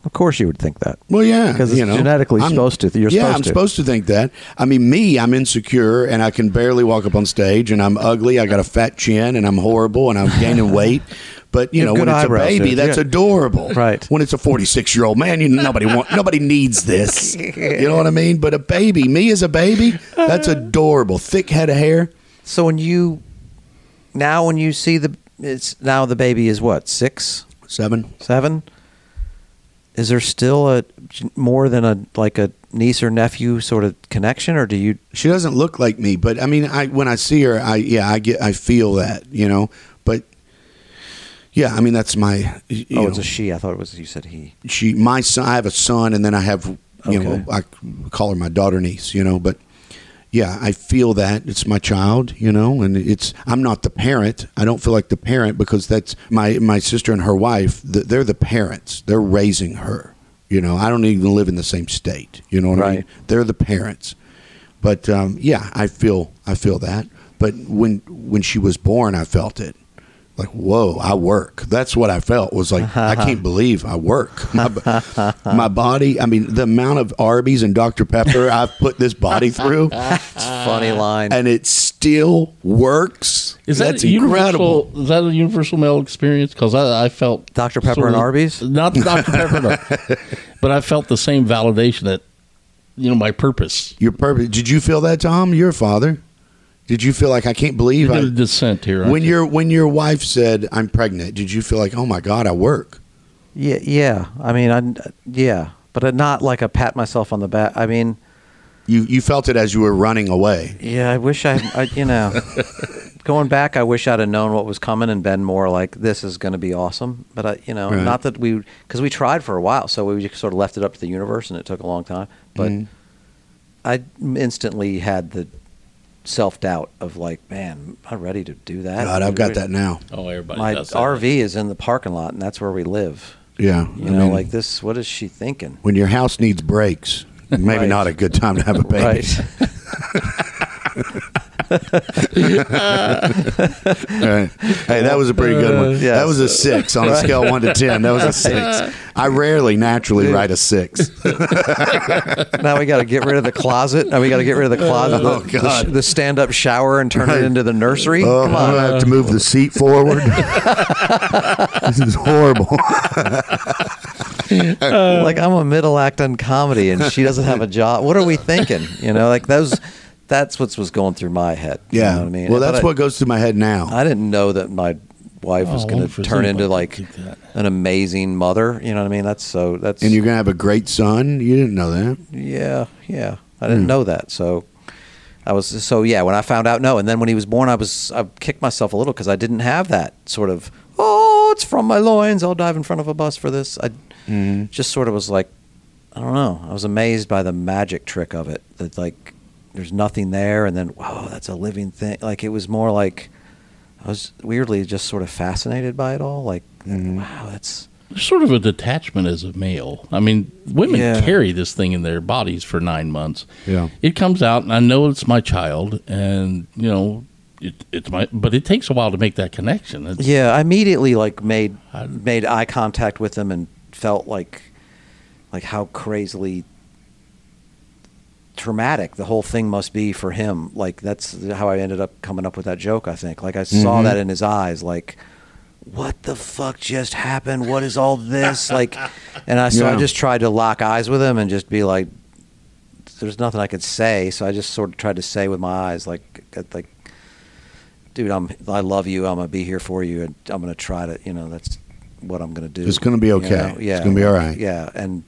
Speaker 3: Of course, you would think that.
Speaker 1: Well, yeah,
Speaker 3: 'Cause it's
Speaker 1: you know,
Speaker 3: genetically
Speaker 1: I'm-
Speaker 3: supposed to- you're
Speaker 1: yeah,
Speaker 3: supposed
Speaker 1: I'm
Speaker 3: to.
Speaker 1: supposed to think that. I mean, me, I'm insecure and I can barely walk up on stage, and I'm ugly. I got a fat chin, and I'm horrible, and I'm gaining weight. But you
Speaker 3: You have
Speaker 1: know, when
Speaker 3: good
Speaker 1: it's a
Speaker 3: eyebrows,
Speaker 1: baby,
Speaker 3: dude.
Speaker 1: that's
Speaker 3: Yeah.
Speaker 1: adorable.
Speaker 3: Right.
Speaker 1: When it's a 46 year old man, you nobody want nobody needs this. You know what I mean? But a baby, me as a baby, that's adorable. Thick head of hair.
Speaker 3: So when you now when you see the it's now the baby is what six
Speaker 1: Seven.
Speaker 3: seven. is there still a more than a like a niece or nephew sort of connection, or do you?
Speaker 1: She doesn't look like me, but I mean, I when I see her, I yeah, I get, I feel that, you know. But yeah, I mean, that's my. you
Speaker 3: oh,
Speaker 1: know,
Speaker 3: it's a she. I thought it was you said he.
Speaker 1: she my son i have a son and then i have you know
Speaker 3: Okay.
Speaker 1: i call her my daughter niece you know but yeah i feel that it's my child you know and it's i'm not the parent i don't feel like the parent because that's my my sister and her wife th- they're the parents they're raising her you know i don't even live in the same state you know what i mean
Speaker 3: Right.
Speaker 1: they're the parents but um, yeah i feel i feel that but when when she was born i felt it like whoa i work that's what i felt was like i can't believe i work my, b- my body i mean the amount of arby's and dr pepper i've put this body through
Speaker 3: It's a funny line.
Speaker 1: Uh, and it still works
Speaker 2: Is that
Speaker 1: that's
Speaker 2: a
Speaker 1: incredible
Speaker 2: universal? Is that a universal male experience? Because I, I felt
Speaker 3: Dr. Pepper
Speaker 2: sort
Speaker 3: and
Speaker 2: of-
Speaker 3: Arby's?
Speaker 2: not Dr. Pepper, and Arby's, but I felt the same validation that you know my purpose.
Speaker 1: you're perfect did you feel that tom your father did you feel like i can't believe
Speaker 2: Bit
Speaker 1: I,
Speaker 2: of dissent here. aren't
Speaker 1: when
Speaker 2: you?
Speaker 1: your when your wife said i'm pregnant did you feel like oh my god i work
Speaker 3: yeah, yeah. I mean, I yeah, but not like a pat myself on the back. I mean,
Speaker 1: you you felt it as you were running away
Speaker 3: yeah. I wish I, I you know, going back, I wish I'd have known what was coming and been more like this is going to be awesome. But I, you know,
Speaker 1: Right.
Speaker 3: not that we because we tried for a while, so we just sort of left it up to the universe, and it took a long time. But
Speaker 1: Mm.
Speaker 3: I instantly had the self doubt of like, man, I'm ready to do that.
Speaker 1: god i've got that now
Speaker 2: oh, everybody
Speaker 3: My
Speaker 2: does that.
Speaker 3: RV is in the parking lot, and that's where we live.
Speaker 1: yeah
Speaker 3: You
Speaker 1: I
Speaker 3: know,
Speaker 1: mean-
Speaker 3: like this. What is she thinking?
Speaker 1: when your house needs breaks, maybe
Speaker 3: Right.
Speaker 1: not a good time to have a baby.
Speaker 3: Right.
Speaker 1: Right. Hey, that was a pretty good one.
Speaker 3: yeah.
Speaker 1: That was a six on a scale of one to ten. That was a six. I rarely naturally write a six.
Speaker 3: now we got to get rid of the closet. Now we got to get rid of the closet.
Speaker 1: Oh,
Speaker 3: the,
Speaker 1: God.
Speaker 3: The, stand-up shower and turn it into the nursery.
Speaker 1: Oh, I'm
Speaker 3: Come
Speaker 1: gonna
Speaker 3: on.
Speaker 1: have to move the seat forward. this is horrible.
Speaker 2: Uh-huh.
Speaker 3: Like I'm a middle act on comedy, and she doesn't have a job. What are we thinking? You know, like those. That's what was going through my head. You
Speaker 1: Yeah.
Speaker 3: know what I mean.
Speaker 1: Well,
Speaker 3: But
Speaker 1: that's
Speaker 3: I-
Speaker 1: what goes through my head now.
Speaker 3: I didn't know that my wife
Speaker 2: Oh,
Speaker 3: was
Speaker 2: I
Speaker 3: going
Speaker 2: wonder
Speaker 3: to
Speaker 2: if
Speaker 3: turn into like
Speaker 2: anybody could do that.
Speaker 3: an amazing mother. You know what I mean? That's so. That's
Speaker 1: And you're gonna have a great son. You didn't know that.
Speaker 3: yeah, yeah. I didn't know that. So I was so yeah. When I found out, no. And then when he was born, I was I kicked myself a little because I didn't have that sort of oh, it's from my loins. I'll dive in front of a bus for this. I just sort of was like, I don't know. I was amazed by the magic trick of it. That like there's nothing there, and then wow, that's a living thing. Like it was more like I was weirdly just sort of fascinated by it all. Like wow, that's
Speaker 2: There's sort of a detachment as a male. I mean, women
Speaker 3: Yeah.
Speaker 2: carry this thing in their bodies for nine months.
Speaker 1: Yeah.
Speaker 2: it comes out, and I know it's my child, and you know, it, it's my. But it takes a while to make that connection. It's-
Speaker 3: Yeah, I immediately like made
Speaker 2: I-
Speaker 3: made eye contact with him and felt like like how crazily traumatic the whole thing must be for him. Like that's how I ended up coming up with that joke, I think. Like I saw that in his eyes like what the fuck just happened? What is all this? like and I so I
Speaker 1: Yeah.
Speaker 3: just tried to lock eyes with him and just be like there's nothing I could say, so I just sort of tried to say with my eyes like like dude, I'm I love you. I'm gonna be here for you, and I'm gonna try to, you know, that's what I'm gonna do.
Speaker 1: It's gonna be okay. It's
Speaker 3: Yeah,
Speaker 1: gonna be all right.
Speaker 3: Yeah, and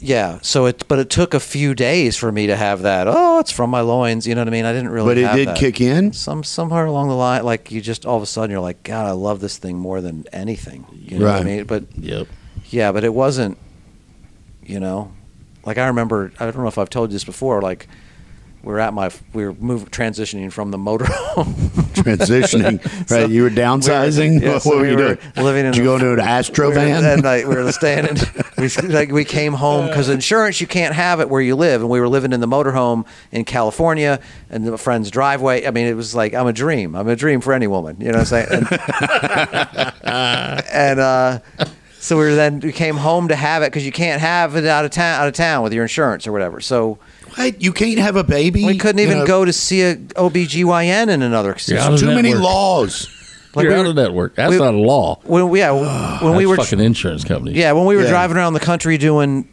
Speaker 3: yeah. So it, but it took a few days for me to have that. Oh, it's from my loins. You know what I mean? I didn't really.
Speaker 1: But it
Speaker 3: have
Speaker 1: did
Speaker 3: that.
Speaker 1: kick in?
Speaker 3: Some somewhere along the line, like you just all of a sudden you're like, God, I love this thing more than anything. You know what I
Speaker 1: Right.
Speaker 3: mean? But
Speaker 2: Yep.
Speaker 3: yeah, but it wasn't, you know, like I remember. I don't know if I've told you this before. Like we we're at my we were move transitioning from the motorhome.
Speaker 1: Transitioning. Right. You were downsizing.
Speaker 3: yeah,
Speaker 1: what
Speaker 3: so
Speaker 1: were
Speaker 3: we
Speaker 1: you
Speaker 3: were
Speaker 1: doing?
Speaker 3: living in
Speaker 1: Did you
Speaker 3: a-
Speaker 1: go into an Astro
Speaker 3: we were-
Speaker 1: van?
Speaker 3: That night we were staying in. We like we came home because insurance you can't have it where you live, and we were living in the motorhome in California in a friend's driveway. I mean, it was like I'm a dream. I'm a dream for any woman. You know what I'm saying? And- and uh, so we were then we came home to have it because you can't have it out of town out of town with your insurance or whatever. So
Speaker 1: What? You can't have a baby.
Speaker 3: we couldn't
Speaker 1: You
Speaker 3: even
Speaker 1: know,
Speaker 3: go to see a OBGYN in another city.
Speaker 2: Yeah. How does
Speaker 1: Too
Speaker 2: that
Speaker 1: many
Speaker 2: work?
Speaker 1: laws.
Speaker 3: Like
Speaker 2: You're
Speaker 3: we
Speaker 2: out
Speaker 3: were-
Speaker 2: of network. That's
Speaker 3: we-
Speaker 2: not a law.
Speaker 3: When we, yeah, when
Speaker 2: That's
Speaker 3: we were
Speaker 2: fucking insurance company.
Speaker 3: yeah when we were
Speaker 1: Ah, Yeah.
Speaker 3: driving around the country doing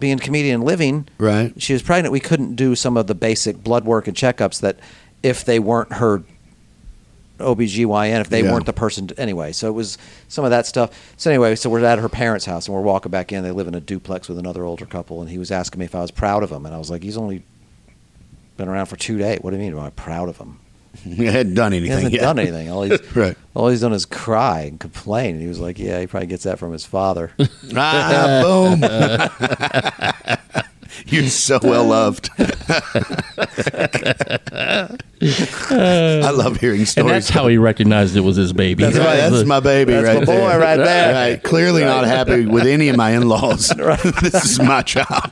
Speaker 3: being comedian living.
Speaker 1: Right.
Speaker 3: She was pregnant. We couldn't do some of the basic blood work and checkups that if they weren't her OBGYN if they
Speaker 1: Yeah.
Speaker 3: weren't the person. To, anyway, so it was some of that stuff. So anyway, so we're at her parents' house and we're walking back in. They live in a duplex with another older couple, and he was asking me if I was proud of him, and I was like, he's only been around for two days. What do you mean? Am I proud of him?
Speaker 1: He hadn't done
Speaker 3: He
Speaker 1: anything.
Speaker 3: hasn't
Speaker 1: yet.
Speaker 3: done anything. All he's
Speaker 1: Right.
Speaker 3: all he's done is cry and complain. And he was like, "Yeah, he probably gets that from his father."
Speaker 1: Ah, boom. You're so well loved. I love hearing
Speaker 2: And
Speaker 1: stories.
Speaker 2: that's how he recognized it was his baby.
Speaker 1: That's, right. That's my baby
Speaker 3: That's
Speaker 1: right
Speaker 3: my boy
Speaker 1: there.
Speaker 3: right there.
Speaker 1: Right. Clearly not happy with any of my in laws. this is my child.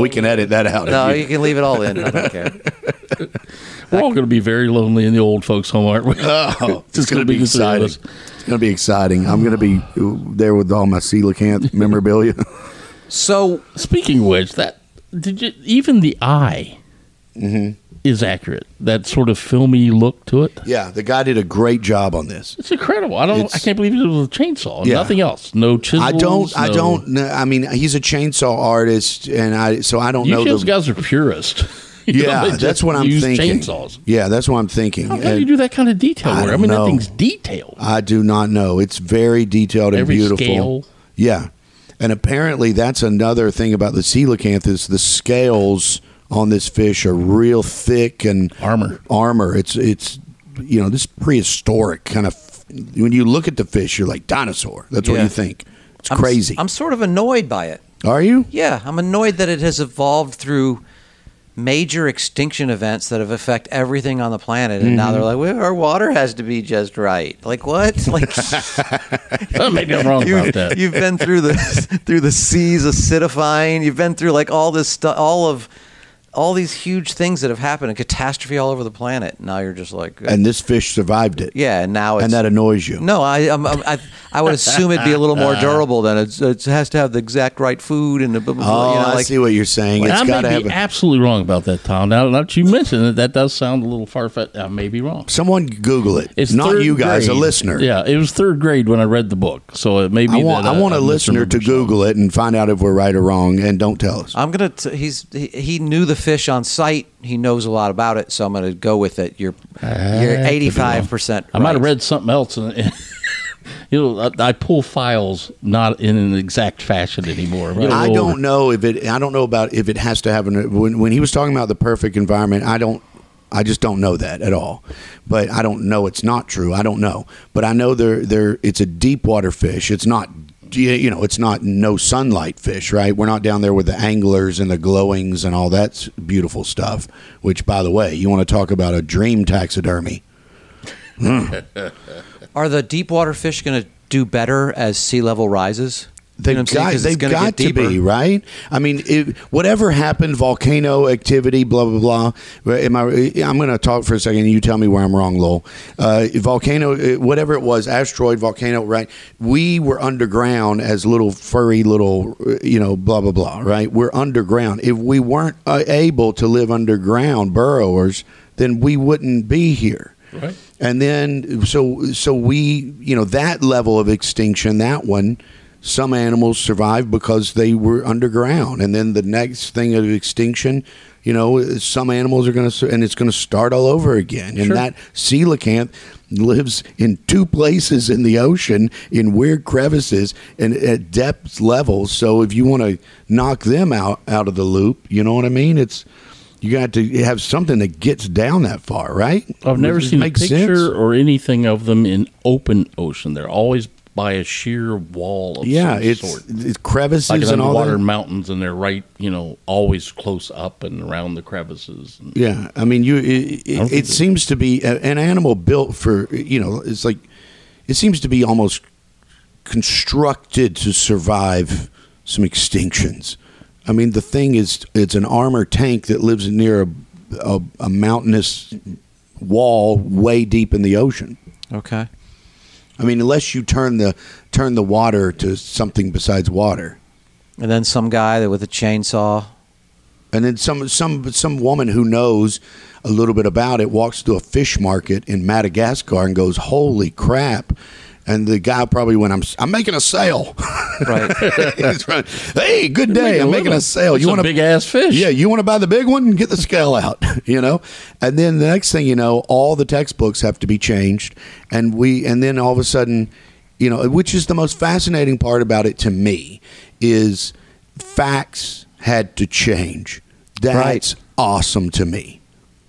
Speaker 1: we can edit that out. if
Speaker 3: no,
Speaker 1: you-
Speaker 3: you can leave it all in. I don't care.
Speaker 2: We're all going to be very lonely in the old folks' home, aren't we?
Speaker 1: Oh, it's going to
Speaker 2: gonna
Speaker 1: be
Speaker 2: the three of
Speaker 1: exciting.
Speaker 2: us.
Speaker 1: It's going to be exciting. I'm going to be there with all my coelacanth memorabilia.
Speaker 3: So
Speaker 2: Speaking of which, that did you, even the eye
Speaker 3: Mm-hmm.
Speaker 2: is accurate. That sort of filmy look to it.
Speaker 1: yeah, the guy did a great job on this.
Speaker 2: It's incredible. I don't. I
Speaker 1: It's-
Speaker 2: can't believe it was a chainsaw.
Speaker 1: Yeah.
Speaker 2: Nothing else. No chisels.
Speaker 1: I don't. I
Speaker 2: no-
Speaker 1: don't. know I mean, he's a chainsaw artist, and I so I don't
Speaker 2: You
Speaker 1: know.
Speaker 2: those
Speaker 1: the,
Speaker 2: guys are purists. You know,
Speaker 1: yeah,
Speaker 2: they
Speaker 1: that's
Speaker 2: just
Speaker 1: what I'm
Speaker 2: use
Speaker 1: thinking.
Speaker 2: Chainsaws.
Speaker 1: Yeah, that's what I'm thinking.
Speaker 2: How do
Speaker 1: And
Speaker 2: you do that kind of detail
Speaker 1: I
Speaker 2: work? I
Speaker 1: don't
Speaker 2: mean,
Speaker 1: know.
Speaker 2: that thing's detailed.
Speaker 1: I do not know. It's very detailed and
Speaker 2: Every
Speaker 1: beautiful.
Speaker 2: scale.
Speaker 1: Yeah, and apparently that's another thing about the coelacanth is the scales on this fish are real thick and
Speaker 2: Armor.
Speaker 1: Armor. It's it's you know this prehistoric kind of. When you look at the fish, you're like dinosaur. That's what
Speaker 3: Yeah.
Speaker 1: you think. It's crazy.
Speaker 3: I'm sort of annoyed by it.
Speaker 1: are you?
Speaker 3: Yeah, I'm annoyed that it has evolved through major extinction events that have affect everything on the planet, and now they're like, well, our water has to be just right. Like what? Like
Speaker 2: Oh, maybe I'm wrong about
Speaker 3: you,
Speaker 2: that.
Speaker 3: you've been through the through the seas acidifying. You've been through like all this stuff, all of all these huge things that have happened, and catastrophe all over the planet. Now you're just like,
Speaker 1: And this fish survived it.
Speaker 3: yeah, and now it's
Speaker 1: and that annoys you.
Speaker 3: No, I, I'm, I'm, I I would assume it'd be a little more durable than it's, it has to have the exact right food and the blah, blah, blah,
Speaker 1: Oh,
Speaker 3: you know,
Speaker 1: I
Speaker 3: like,
Speaker 1: see what you're saying.
Speaker 2: And
Speaker 1: It's got
Speaker 2: I
Speaker 1: to
Speaker 2: may
Speaker 1: have
Speaker 2: be
Speaker 1: a,
Speaker 2: absolutely wrong about that, Tom. Now that you mentioned it, that does sound a little far fetched. I may be wrong.
Speaker 1: someone Google it.
Speaker 2: It's
Speaker 1: not
Speaker 2: third
Speaker 1: you guys, a
Speaker 2: grade.
Speaker 1: listener.
Speaker 2: Yeah, it was third grade when I read the book, so it may be.
Speaker 1: I want,
Speaker 2: that uh,
Speaker 1: I want a
Speaker 2: I
Speaker 1: listener to
Speaker 2: misremembered
Speaker 1: Google it and find out if we're right or wrong, and don't tell us.
Speaker 3: I'm gonna. T- he's he, he knew the fish on site. He knows a lot about it, so I'm gonna go with it. You're
Speaker 1: Ah,
Speaker 3: you're
Speaker 2: something.
Speaker 3: 85 percent.
Speaker 2: I might have read something else. And, you know, I, I pull files not in an exact fashion anymore. Get a
Speaker 1: I
Speaker 2: little-
Speaker 1: don't know if it. I don't know about if it has to have an. When, when he was talking about the perfect environment, I don't. I just don't know that at all. But I don't know it's not true. I don't know. But I know there there it's a deep water fish. It's not you you know, it's not no sunlight fish, right? We're not down there with the anglers and the glowings and all that s- beautiful stuff, which by the way, you want to talk about a dream taxidermy.
Speaker 3: Are the deep water fish gonna do better as sea level rises?
Speaker 1: They've
Speaker 3: you know what I'm saying?
Speaker 1: got,
Speaker 3: 'Cause
Speaker 1: they've
Speaker 3: gonna
Speaker 1: got to
Speaker 3: deeper.
Speaker 1: be right. I mean, if, whatever happened, volcano activity, blah blah blah. But Am I? I'm going to talk for a second. and You tell me where I'm wrong, Lowell. Uh, volcano, uh, whatever it was, asteroid, volcano, right? We were underground as little furry little, uh, you know, blah blah blah. Right? We're underground. If we weren't uh, able to live underground, burrowers, then we wouldn't be here
Speaker 2: Right.
Speaker 1: and then so so we you know that level of extinction that one some animals survived because they were underground and then the next thing of extinction you know some animals are going to and it's going to start all over again and
Speaker 2: Sure.
Speaker 1: that coelacanth lives in two places in the ocean in weird crevices and at depth levels so if you want to knock them out out of the loop you know what i mean it's you got to have something that gets down that far right
Speaker 2: I've never
Speaker 1: Does it
Speaker 2: seen a
Speaker 1: make
Speaker 2: picture
Speaker 1: sense?
Speaker 2: or anything of them in open ocean. They're always by a sheer wall of
Speaker 1: Yeah,
Speaker 2: some
Speaker 1: it's,
Speaker 2: sort.
Speaker 1: it's crevices
Speaker 2: Like an
Speaker 1: and all
Speaker 2: underwater
Speaker 1: that.
Speaker 2: mountains, and they're right, you know, always close up and around the crevices. And
Speaker 1: Yeah, I mean, you. It,
Speaker 2: don't
Speaker 1: it,
Speaker 2: think
Speaker 1: it
Speaker 2: so.
Speaker 1: seems to be a- an animal built for you know. It's like it seems to be almost constructed to survive some extinctions. I mean, the thing is, it's an armor tank that lives near a, a, a mountainous wall way deep in the ocean.
Speaker 3: Okay.
Speaker 1: I mean, unless you turn the turn the water to something besides water.
Speaker 3: And then some guy that with a chainsaw.
Speaker 1: And then some some some woman who knows a little bit about it walks to a fish market in Madagascar and goes, "Holy crap! And the guy probably went, "I'm I'm making a sale."
Speaker 3: right?
Speaker 1: He's running, hey, good day! I'm making a sale.
Speaker 2: It's
Speaker 1: You
Speaker 2: a
Speaker 1: want
Speaker 2: big ass fish?
Speaker 1: Yeah, you want to buy the big one? Get the scale out. You know, and then the next thing you know, all the textbooks have to be changed, and we, and then all of a sudden, you know, which is the most fascinating part about it to me is facts had to change. That's awesome to me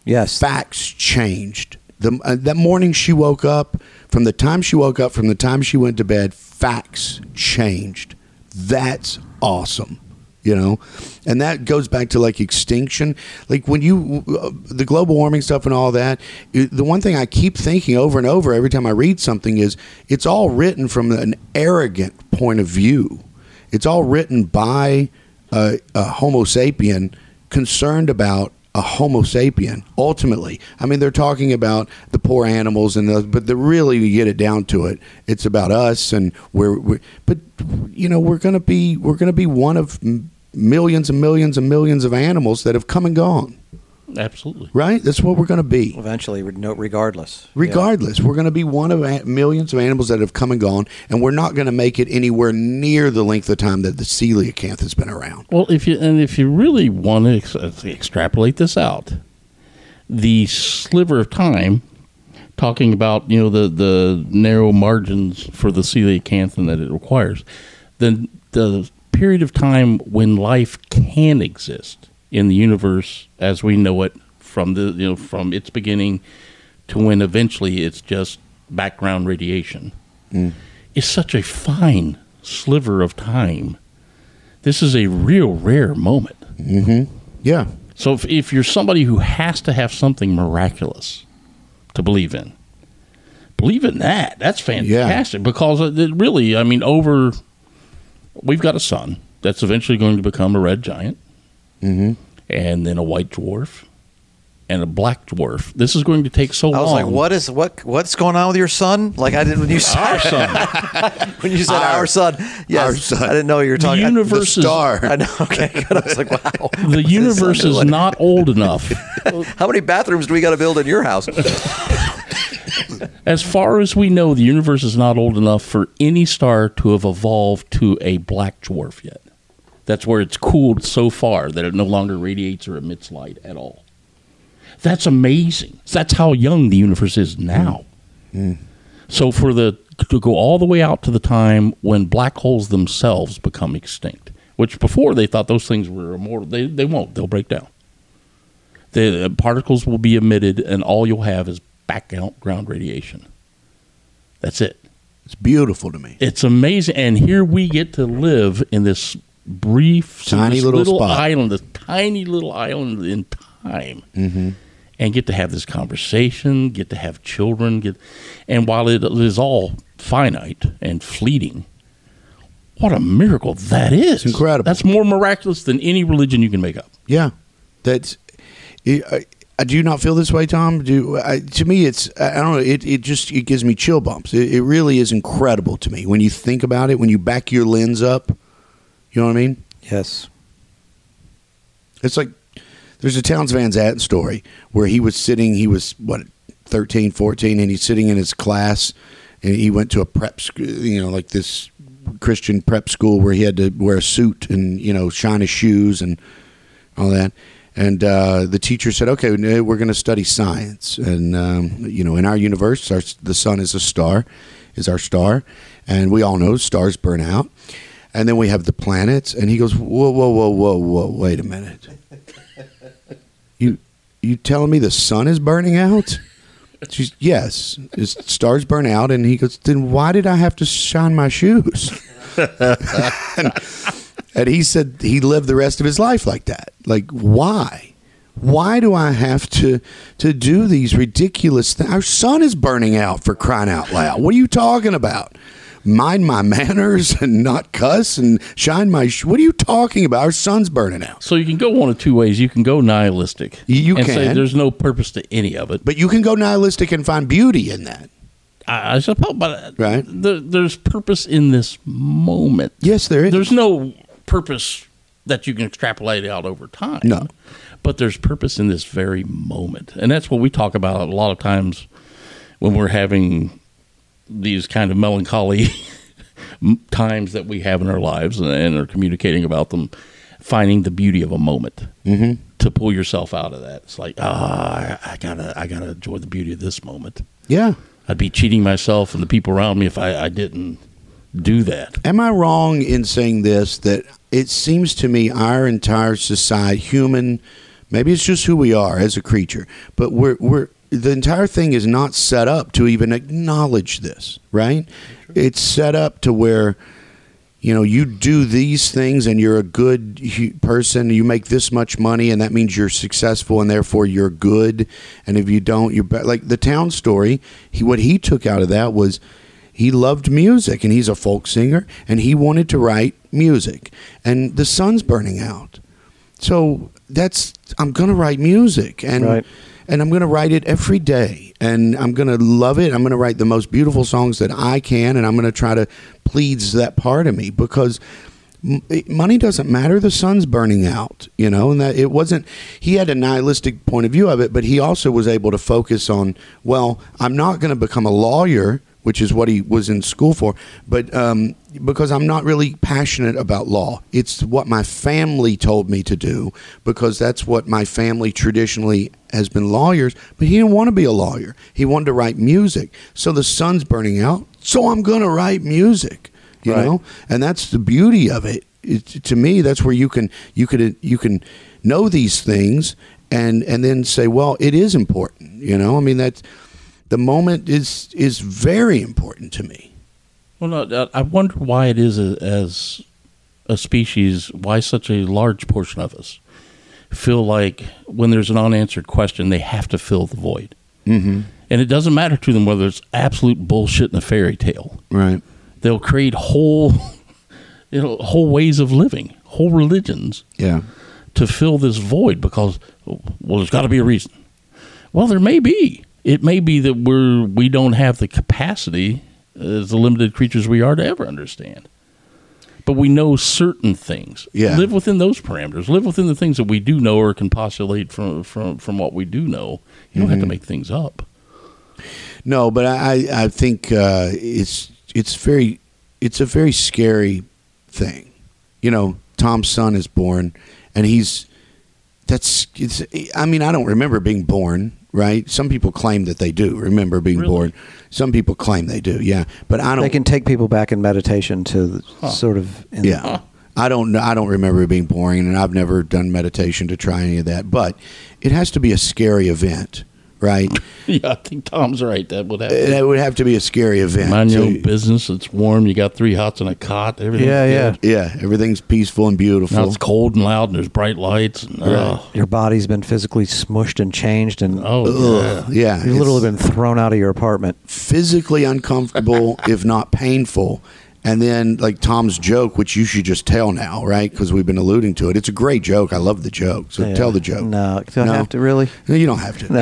Speaker 3: Yes,
Speaker 1: facts changed. The, uh, that morning she woke up, from the time she woke up, from the time she went to bed, facts changed. That's awesome, you know? And that goes back to like extinction. Like when you, uh, the global warming stuff and all that, it, the one thing I keep thinking over and over every time I read something is it's all written from an arrogant point of view. It's all written by a, a Homo sapien concerned about a Homo sapien. Ultimately, I mean, they're talking about the poor animals and those, but the really to get it down to it, it's about us and we're, we're but you know we're gonna be we're gonna be one of m- millions and millions and millions of animals that have come and gone.
Speaker 2: Absolutely.
Speaker 1: Right? That's what we're gonna be.
Speaker 3: eventually, re- no, regardless. Yeah.
Speaker 1: Regardless, we're going to be one of a- millions of animals that have come and gone, and we're not going to make it anywhere near the length of time that the coelacanth has been around.
Speaker 2: Well, if you and if you really want to ex- uh, extrapolate this out, the sliver of time talking about you know the the narrow margins for the coelacanth that it requires, then the period of time when life can exist in the universe as we know it from the you know from its beginning to when eventually it's just background radiation is such a fine sliver of time this is a real rare moment.
Speaker 1: Yeah,
Speaker 2: So if, if you're somebody who has to have something miraculous to believe in, believe in that. That's fantastic because it it really, I mean, over we've got a sun that's eventually going to become a red giant, mm-hmm. and then a white dwarf, and a black dwarf. This is going to take so
Speaker 3: I
Speaker 2: long.
Speaker 3: was like, "What is what? What's going on with your son?" Like I did when you said
Speaker 2: Our sun,
Speaker 3: when you said
Speaker 1: Our-
Speaker 3: our, son. Yes,
Speaker 1: our son.
Speaker 3: I didn't know you were
Speaker 2: the
Speaker 3: talking.
Speaker 2: universe is
Speaker 1: star.
Speaker 3: I, I know. Okay, good. I was like, "Wow."
Speaker 2: the universe is not old enough.
Speaker 3: How many bathrooms do we got to build in your house?
Speaker 2: As far as we know, the universe is not old enough for any star to have evolved to a black dwarf yet. That's where it's cooled so far that it no longer radiates or emits light at all. That's amazing. That's how young the universe is now. So for the to go all the way out to the time when black holes themselves become extinct, which before they thought those things were immortal, they they won't. They'll break down. The uh, particles will be emitted, and all you'll have is background radiation. That's it.
Speaker 1: it's beautiful to me.
Speaker 2: It's amazing, and here we get to live in this brief,
Speaker 1: Tiny
Speaker 2: this
Speaker 1: little spot.
Speaker 2: island, this tiny little island in time,
Speaker 1: Mm-hmm.
Speaker 2: and get to have this conversation, get to have children, get, and while it is all finite and fleeting, what a miracle that is!
Speaker 1: incredible.
Speaker 2: That's more miraculous than any religion you can make up.
Speaker 1: Yeah, that's. I, I- I do not feel this way, Tom. Do I, to me, it's I I don't know. It, it just it gives me chill bumps. It, it really is incredible to me when you think about it. When you back your lens up, you know what I mean.
Speaker 3: yes.
Speaker 1: It's like there's a Towns Van Zandt story where he was sitting, he was what 13, 14 and he's sitting in his class and he went to a prep school, you know, like this Christian prep school where he had to wear a suit and, you know, shine his shoes and all that. And uh, the teacher said, "Okay, n- we're going to study science, and um, you know, in our universe, our, s- the sun is a star, is our star, and we all know stars burn out, and then we have the planets." And he goes, "Whoa, whoa, whoa, whoa, whoa! Wait a minute! You, you telling me the sun is burning out?" She's yes, his stars burn out, and he goes, "Then why did I have to shine my shoes?" And he said he lived the rest of his life like that. Like, why? Why do I have to to do these ridiculous things? Our sun is burning out for crying out loud. What are you talking about? Mind my manners and not cuss and shine my. Sh- what are you talking about? Our sun's burning out.
Speaker 2: So you can go one of two ways. You can go nihilistic.
Speaker 1: Y- you
Speaker 2: and say
Speaker 1: can.
Speaker 2: there's no purpose to any of it.
Speaker 1: But you can go nihilistic and find beauty in that.
Speaker 2: I, I suppose, but uh,
Speaker 1: Right.
Speaker 2: there, there's purpose in this moment.
Speaker 1: Yes, there is.
Speaker 2: There's no purpose that you can extrapolate out over time.
Speaker 1: No.
Speaker 2: But there's purpose in this very moment. And that's what we talk about a lot of times when we're having these kind of melancholy times that we have in our lives and, and are communicating about them, finding the beauty of a moment to pull yourself out of that. It's like, ah, I, I gotta, I gotta enjoy the beauty of this moment.
Speaker 1: Yeah.
Speaker 2: I'd be cheating myself and the people around me if I, I didn't do that.
Speaker 1: Am I wrong in saying this that it seems to me our entire society, human, maybe it's just who we are as a creature, but we're we're the entire thing is not set up to even acknowledge this, right? It's set up to where you know you do these things and you're a good hu- person you make this much money and that means you're successful and therefore you're good and if you don't you're bad. like the town story he what he took out of that was he loved music and he's a folk singer and he wanted to write music and the sun's burning out so that's i'm gonna write music and
Speaker 3: Right.
Speaker 1: and I'm going to write it every day and I'm going to love it. I'm going to write the most beautiful songs that I can and I'm going to try to please that part of me because m- it- money doesn't matter the sun's burning out you know and that it wasn't he had a nihilistic point of view of it but he also was able to focus on well i'm not going to become a lawyer which is what he was in school for but um, because i'm not really passionate about law it's what my family told me to do because that's what my family traditionally has been lawyers, but he didn't want to be a lawyer. He wanted to write music. So the sun's burning out. So I'm going to write music, you
Speaker 3: Right.
Speaker 1: know? And that's the beauty of it. it. To me, that's where you can you could you can know these things and and then say, well, it is important, you know? I mean that's the moment is is very important to me.
Speaker 2: Well, no, I I wonder why it is a- as a species, why such a large portion of us feel like when there's an unanswered question, they have to fill the void. Mm-hmm. And it doesn't matter to them whether it's absolute bullshit in a fairy tale.
Speaker 1: Right.
Speaker 2: They'll create whole, you know, whole ways of living, whole religions
Speaker 1: Yeah.
Speaker 2: to fill this void because well there's got to be a reason well there may be it may be that we're we don't have the capacity uh, as the limited creatures we are to ever understand but we know certain things
Speaker 1: Yeah.
Speaker 2: live within those parameters live within the things that we do know or can postulate from from from what we do know you don't have
Speaker 3: Mm-hmm.
Speaker 2: to make things up
Speaker 1: No, but I I I think uh, it's it's very it's a very scary thing. You know, Tom's son is born, and he's that's it's. I mean, I don't remember being born. Right? Some people claim that they do remember being
Speaker 2: Really?
Speaker 1: born. Some people claim they do. Yeah, but I don't.
Speaker 3: They can take people back in meditation to the- sort of. In
Speaker 1: Yeah. I don't know. I don't remember it being boring, and I've never done meditation to try any of that. But it has to be a scary event, right?
Speaker 2: yeah i think tom's right that would happen
Speaker 1: it would have to be a scary event.
Speaker 2: mind your
Speaker 1: to-
Speaker 2: own business it's warm you got three hots and a cot everything
Speaker 3: Yeah, yeah.
Speaker 1: Yeah, everything's peaceful and beautiful.
Speaker 2: now it's cold and loud and there's bright lights and, oh,
Speaker 3: Your body's been physically smushed and changed, and
Speaker 2: oh yeah.
Speaker 1: Ugh, yeah,
Speaker 3: you've literally
Speaker 1: it's
Speaker 3: been thrown out of your apartment.
Speaker 1: physically uncomfortable, if not painful. And then, like Tom's joke, which you should just tell now, right? Because we've been alluding to it. It's a great joke. I love the joke. So
Speaker 3: Yeah.
Speaker 1: tell the joke.
Speaker 3: No, do I have to really?
Speaker 1: No, you don't have to.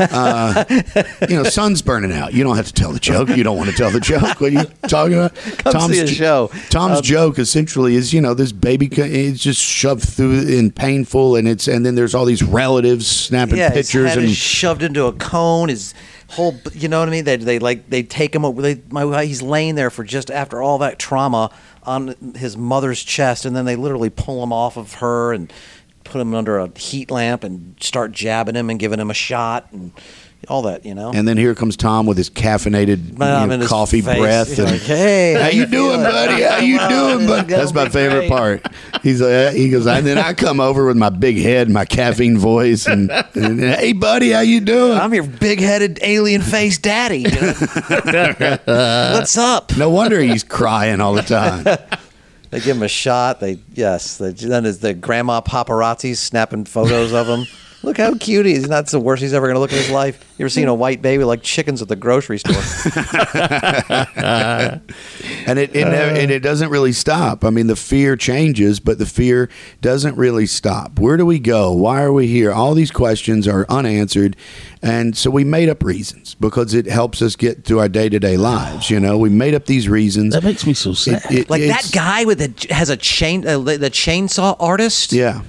Speaker 1: uh, you know, sun's burning out. You don't have to tell the joke. You don't want to tell the joke. What are you talking about?
Speaker 3: Come see a
Speaker 1: jo-
Speaker 3: show. Um,
Speaker 1: Tom's joke essentially is you know this baby ca- it's just shoved through and painful, and it's and then there's all these relatives snapping
Speaker 4: yeah, his
Speaker 1: pictures
Speaker 4: head
Speaker 1: and
Speaker 4: is shoved into a cone. His whole, you know what I mean? They, they like they take him. They, my he's laying there for just after all that trauma on his mother's chest, and then they literally pull him off of her and put him under a heat lamp and start jabbing him and giving him a shot and all that. You know,
Speaker 1: And then here comes Tom with his caffeinated
Speaker 4: Man,
Speaker 1: you know,
Speaker 4: in his
Speaker 1: coffee
Speaker 4: face,
Speaker 1: breath.
Speaker 4: he's
Speaker 1: And,
Speaker 4: like, "Hey,
Speaker 1: how
Speaker 4: how
Speaker 1: you
Speaker 4: you
Speaker 1: doing,
Speaker 4: feeling?"
Speaker 1: buddy? How you doing, buddy?
Speaker 4: This is
Speaker 1: That's my
Speaker 4: gonna be
Speaker 1: favorite
Speaker 4: great.
Speaker 1: part. He's like, he goes, and then I come over with my big head, my caffeine voice, and, and, hey, buddy, how you doing?
Speaker 4: I'm your big-headed alien face daddy. you know? What's up?
Speaker 1: no wonder he's crying all the time.
Speaker 4: They give him a shot. They yes. They, then is the grandma paparazzi snapping photos of him. Look how cute he is. That's the worst he's ever going to look in his life. You ever seen a white baby like chickens at the grocery store?
Speaker 1: and it it, never, and it doesn't really stop. I mean, the fear changes, but the fear doesn't really stop. Where do we go? Why are we here? All these questions are unanswered, and so we made up reasons because it helps us get through our day to day lives. You know, we made up these reasons.
Speaker 2: that makes me so sad
Speaker 1: It- it-
Speaker 4: Like that
Speaker 1: it's-
Speaker 4: guy with the has a chain uh, the the chainsaw artist.
Speaker 1: Yeah,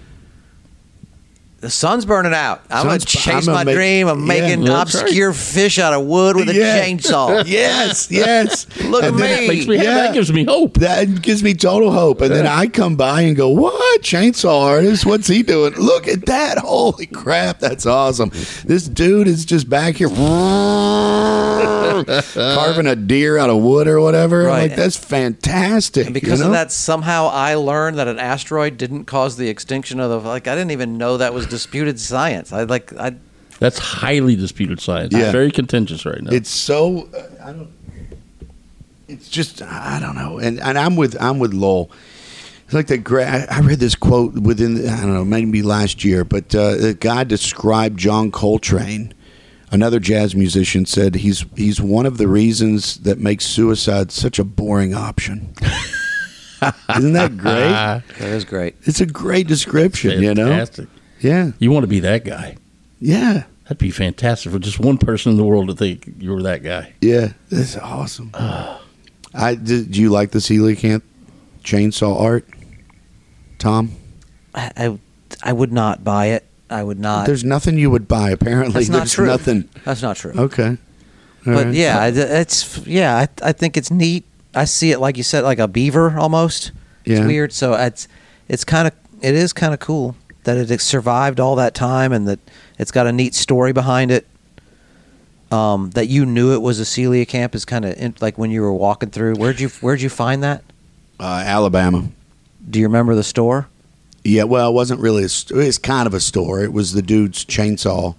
Speaker 3: The sun's burning out. I'm
Speaker 1: Sun's-
Speaker 3: gonna chase
Speaker 1: I'm gonna
Speaker 3: my
Speaker 1: make-
Speaker 3: dream. I'm
Speaker 1: yeah,
Speaker 3: making
Speaker 2: that's right.
Speaker 3: obscure fish out of wood with a
Speaker 1: Yeah.
Speaker 3: chainsaw.
Speaker 1: Yes, yes.
Speaker 3: Look
Speaker 1: And
Speaker 3: at
Speaker 1: then-
Speaker 3: me.
Speaker 2: Makes me, That gives me hope.
Speaker 1: That gives me total hope. And then I come by and go, What? Chainsaw artist? What's he doing? Look at that. Holy crap. That's awesome. This dude is just back here carving a deer out of wood or whatever. I'm
Speaker 3: Right.
Speaker 1: like, That's fantastic.
Speaker 3: And because
Speaker 1: you
Speaker 3: of
Speaker 1: know?
Speaker 3: that, somehow I learned that an asteroid didn't cause the extinction of the like. I didn't even know that was disputed science. I like I
Speaker 2: That's highly disputed science.
Speaker 1: Yeah.
Speaker 2: Very contentious right now.
Speaker 1: it's so uh, I don't. It's just I don't know, and and I'm with I'm with Lowell. It's like the gra- I I read this quote within I don't know maybe last year, but uh, the guy described John Coltrane, another jazz musician, said he's he's one of the reasons that makes suicide such a boring option. Isn't that great?
Speaker 3: that is great.
Speaker 1: It's a great description, you know.
Speaker 2: Ah, Fantastic.
Speaker 1: Yeah,
Speaker 2: You want to be that guy.
Speaker 1: yeah,
Speaker 2: That'd be fantastic for just one person in the world to think you were that guy.
Speaker 1: yeah. That's awesome. I did, do you like the coelacanth chainsaw art, Tom?
Speaker 3: I, I I would not buy it. I would not.
Speaker 1: There's nothing you would buy. Apparently,
Speaker 3: Uh, that's not
Speaker 1: there's
Speaker 3: true.
Speaker 1: nothing.
Speaker 3: That's not true.
Speaker 1: Okay. All
Speaker 3: but
Speaker 1: right.
Speaker 3: yeah, I- it's yeah. I, I think it's neat. I see it like you said, like a beaver almost.
Speaker 1: Yeah.
Speaker 3: It's weird. So it's it's kind of it is kind of cool that it survived all that time and that it's got a neat story behind it. Um, that you knew it was a Celia camp is kind of like when you were walking through. Where'd you Where'd you find that?
Speaker 1: Uh, Alabama.
Speaker 3: Do you remember the store?
Speaker 1: Yeah. Well, it wasn't really. A st- it's kind of a store. It was the dude's chainsaw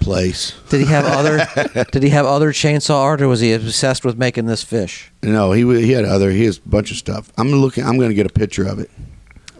Speaker 1: place.
Speaker 3: Did he have other Did he have other chainsaw art, or was he obsessed with making this fish?
Speaker 1: No, he wa- he had other. He has a bunch of stuff. I'm looking. I'm going to get a picture of it.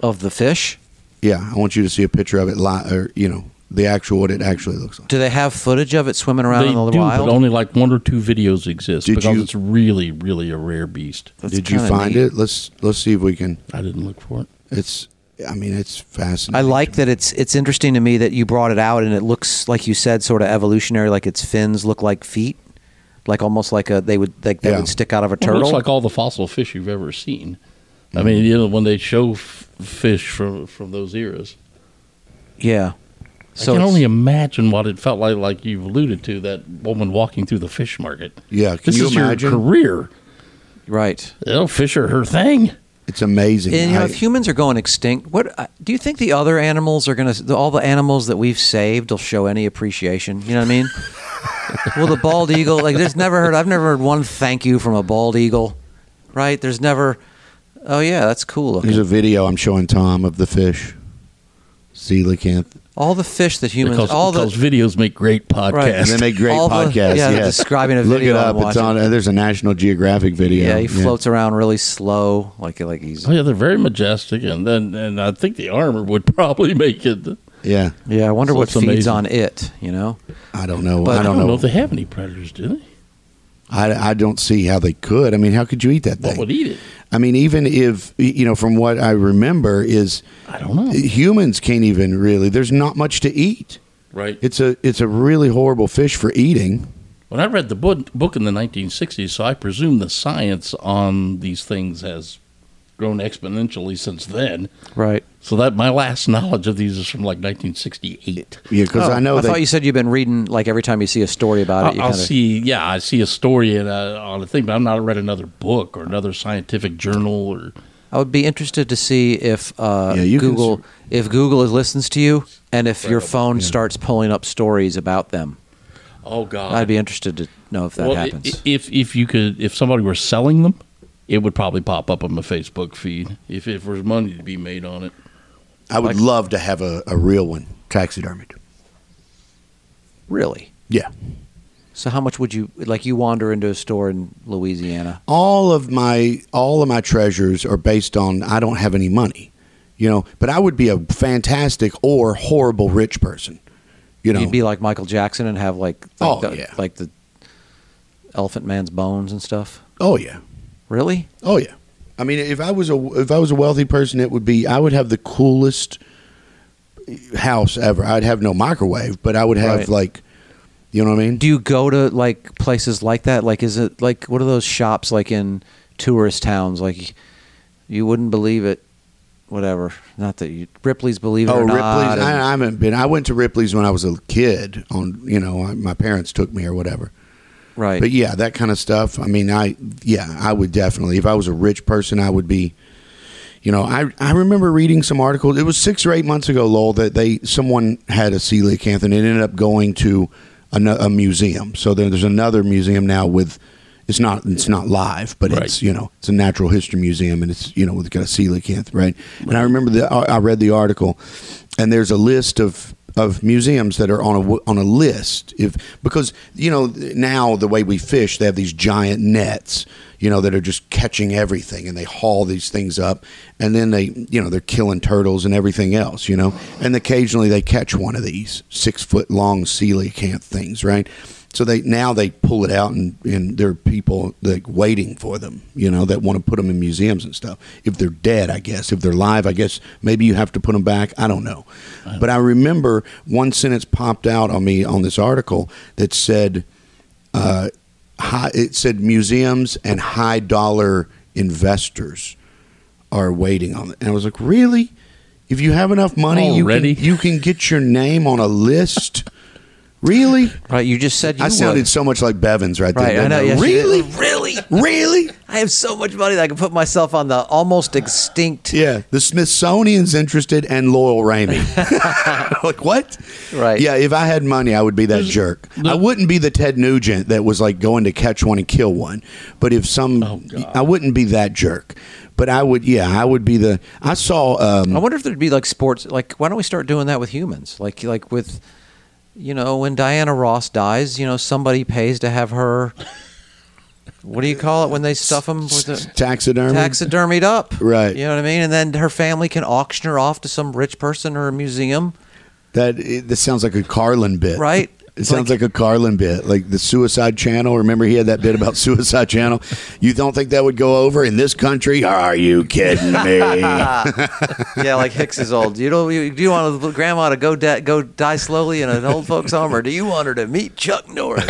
Speaker 3: Of the fish?
Speaker 1: Yeah, I want you to see a picture of it. Li- or you know, the actual what it actually looks like.
Speaker 3: Do they have footage of it swimming around
Speaker 2: they
Speaker 3: in the
Speaker 2: do,
Speaker 3: wild?
Speaker 2: but only like one or two videos exist
Speaker 1: Did
Speaker 2: because
Speaker 1: you-
Speaker 2: it's really, really a rare beast.
Speaker 3: That's
Speaker 1: Did you
Speaker 3: kinda
Speaker 1: find
Speaker 3: neat.
Speaker 1: it? Let's let's see if we can.
Speaker 2: I didn't look for it.
Speaker 1: It's. I mean, it's fascinating.
Speaker 3: I like that it's it's interesting to me that you brought it out and it looks like you said sort of evolutionary, like its fins look like feet, like almost like a they would like they
Speaker 1: Yeah.
Speaker 3: would stick out of a
Speaker 2: Well, It
Speaker 3: turtle.
Speaker 2: looks like all the fossil fish you've ever seen. I mean, you know, when they show f- fish from from those eras,
Speaker 3: yeah.
Speaker 2: I can
Speaker 3: it's-
Speaker 2: only imagine what it felt like. Like you've alluded to, that woman walking through the fish market.
Speaker 1: Yeah, can
Speaker 2: this
Speaker 1: you
Speaker 2: is
Speaker 1: imagine?
Speaker 2: your career.
Speaker 3: right.
Speaker 2: You know, fish are her thing.
Speaker 1: It's amazing.
Speaker 3: And you know,
Speaker 1: I-
Speaker 3: if humans are going extinct, what uh, do you think the other animals are going to? All the animals that we've saved will show any appreciation. You know what I mean? well, the bald eagle, like there's never heard. I've never heard one thank you from a bald eagle, right? There's never. Oh yeah, that's cool looking.
Speaker 1: There's a video I'm showing Tom of the fish. Coelacanth.
Speaker 3: all the fish that humans,
Speaker 2: Because,
Speaker 3: all
Speaker 2: because
Speaker 3: the
Speaker 2: videos make great podcasts.
Speaker 1: And they make great
Speaker 3: All the-
Speaker 1: podcasts.
Speaker 3: yeah,
Speaker 1: yes.
Speaker 3: describing a
Speaker 1: Look
Speaker 3: video
Speaker 1: it
Speaker 3: and
Speaker 1: up. It's
Speaker 3: watch
Speaker 1: on.
Speaker 3: it.
Speaker 1: There's a National Geographic video.
Speaker 3: yeah, he floats around really slow, like like he's
Speaker 2: Oh yeah, they're very majestic, and then and I think the armor would probably make it.
Speaker 1: Yeah,
Speaker 3: yeah. I wonder
Speaker 2: So
Speaker 3: what
Speaker 2: it's
Speaker 3: feeds
Speaker 2: amazing.
Speaker 3: on it. You know,
Speaker 1: I don't know.
Speaker 3: But
Speaker 1: I
Speaker 2: I
Speaker 1: don't,
Speaker 2: don't know.
Speaker 1: know.
Speaker 2: if they have any predators, do they?
Speaker 1: I, I don't see how they could. I mean, how could you eat that
Speaker 2: What
Speaker 1: thing?
Speaker 2: would eat it?
Speaker 1: I mean, even if you know, from what I remember, is
Speaker 2: I don't
Speaker 3: Hmm.
Speaker 2: know.
Speaker 1: humans can't even really. There's not much to eat.
Speaker 2: Right.
Speaker 1: It's a it's a really horrible fish for eating.
Speaker 2: When I read the book, book in the 1960s, so I presume the science on these things has grown exponentially since then.
Speaker 3: right?
Speaker 2: So that my last knowledge of these is from like 1968.
Speaker 1: Yeah, because I know
Speaker 3: Oh, I
Speaker 1: they,
Speaker 3: thought you said you've been reading like every time you see a story about it.
Speaker 2: I'll,
Speaker 3: you
Speaker 2: I'll
Speaker 3: kinda,
Speaker 2: see. Yeah, I see a story in a, on a thing, but I'm not read another book or another scientific journal or.
Speaker 3: I would be interested to see if uh,
Speaker 1: Yeah, you can
Speaker 3: Google
Speaker 1: s-
Speaker 3: if Google is- listens to you and if your phone starts pulling up stories about them.
Speaker 2: Oh God!
Speaker 3: I'd be interested to know if that
Speaker 2: well, i-
Speaker 3: happens.
Speaker 2: i- if if you could, if somebody were selling them, it would probably pop up on my Facebook feed if if there's money to be made on it.
Speaker 1: I would love to have a, a real one taxidermied.
Speaker 3: really?
Speaker 1: Yeah.
Speaker 3: So how much would you like? You wander into a store in Louisiana.
Speaker 1: all of my all of my treasures are based on I don't have any money, you know. But I would be a fantastic or horrible rich person, you know.
Speaker 3: You'd be like Michael Jackson and have like, like
Speaker 1: Oh,
Speaker 3: the,
Speaker 1: yeah.
Speaker 3: like the Elephant Man's bones and stuff.
Speaker 1: oh yeah,
Speaker 3: Really?
Speaker 1: oh yeah. I mean, if I was a if I was a wealthy person, it would be I would have the coolest house ever. I'd have no microwave, but I would have
Speaker 3: Right.
Speaker 1: like, you know what I mean?
Speaker 3: Do you go to like places like that? Like, is it like what are those shops like in tourist towns? Like, you wouldn't believe it. whatever. Not that you Ripley's Believe It
Speaker 1: Oh,
Speaker 3: or
Speaker 1: Ripley's.
Speaker 3: Not. and-
Speaker 1: I, I haven't been. I went to Ripley's when I was a kid. On you know, I, my parents took me or whatever.
Speaker 3: right.
Speaker 1: But yeah, that kind of stuff. I mean, I yeah, I would definitely. If I was a rich person, I would be. You know, I I remember reading some articles. It was six or eight months ago, Lowell, that they someone had a coelacanth and it ended up going to a, a museum. So there, there's another museum now with. It's not it's not live, but
Speaker 2: Right.
Speaker 1: it's you know it's a natural history museum and it's you know with got a coelacanth, right? And I remember the I I read the article, and there's a list of of museums that are on a w- on a list if because you know now the way we fish they have these giant nets you know that are just catching everything and they haul these things up and then they you know they're killing turtles and everything else you know and occasionally they catch one of these six foot long coelacanth things right so they now they pull it out and and there are people like waiting for them you know that want to put them in museums and stuff if they're dead i guess if they're live i guess maybe you have to put them back i don't know but i remember one sentence popped out on me on this article that said uh, high, it said museums and high dollar investors are waiting on it and i was like really if you have enough money you can,
Speaker 2: Already?
Speaker 1: you can get your name on a list really
Speaker 3: Right. You just said you
Speaker 1: I sounded
Speaker 3: would.
Speaker 1: so much like Bevins right there.
Speaker 3: Right, I
Speaker 1: didn't
Speaker 3: know, yes, you
Speaker 1: really,
Speaker 3: did. Really?
Speaker 1: really.
Speaker 3: I have so much money that I can put myself on the almost extinct.
Speaker 1: Yeah, the Smithsonian's interested and Loyal Ramey. like what?
Speaker 3: Right.
Speaker 1: Yeah, if I had money, I would be that jerk. I wouldn't be the Ted Nugent that was like going to catch one and kill one. But if some,
Speaker 2: God.
Speaker 1: I wouldn't be that jerk. But I would, yeah, I would be the. I saw. um
Speaker 3: I wonder if there'd be like sports. Like, why don't we start doing that with humans? Like, like with, you know, when Diana Ross dies, you know, somebody pays to have her. What do you call it when they stuff them with the
Speaker 1: Taxidermy.
Speaker 3: taxidermied up?
Speaker 1: Right.
Speaker 3: You know what I mean? And then her family can auction her off to some rich person or a museum.
Speaker 1: That it, this sounds like a Carlin bit,
Speaker 3: Right?
Speaker 1: It sounds like, a Carlin bit, like the Suicide Channel. Remember, he had that bit about Suicide Channel. You don't think that would go over in this country? Are you kidding me?
Speaker 3: yeah, like Hicks is old. You don't. You, do you want a- grandma to go da- go die slowly in an old folks' home, or do you want her to meet Chuck Norris?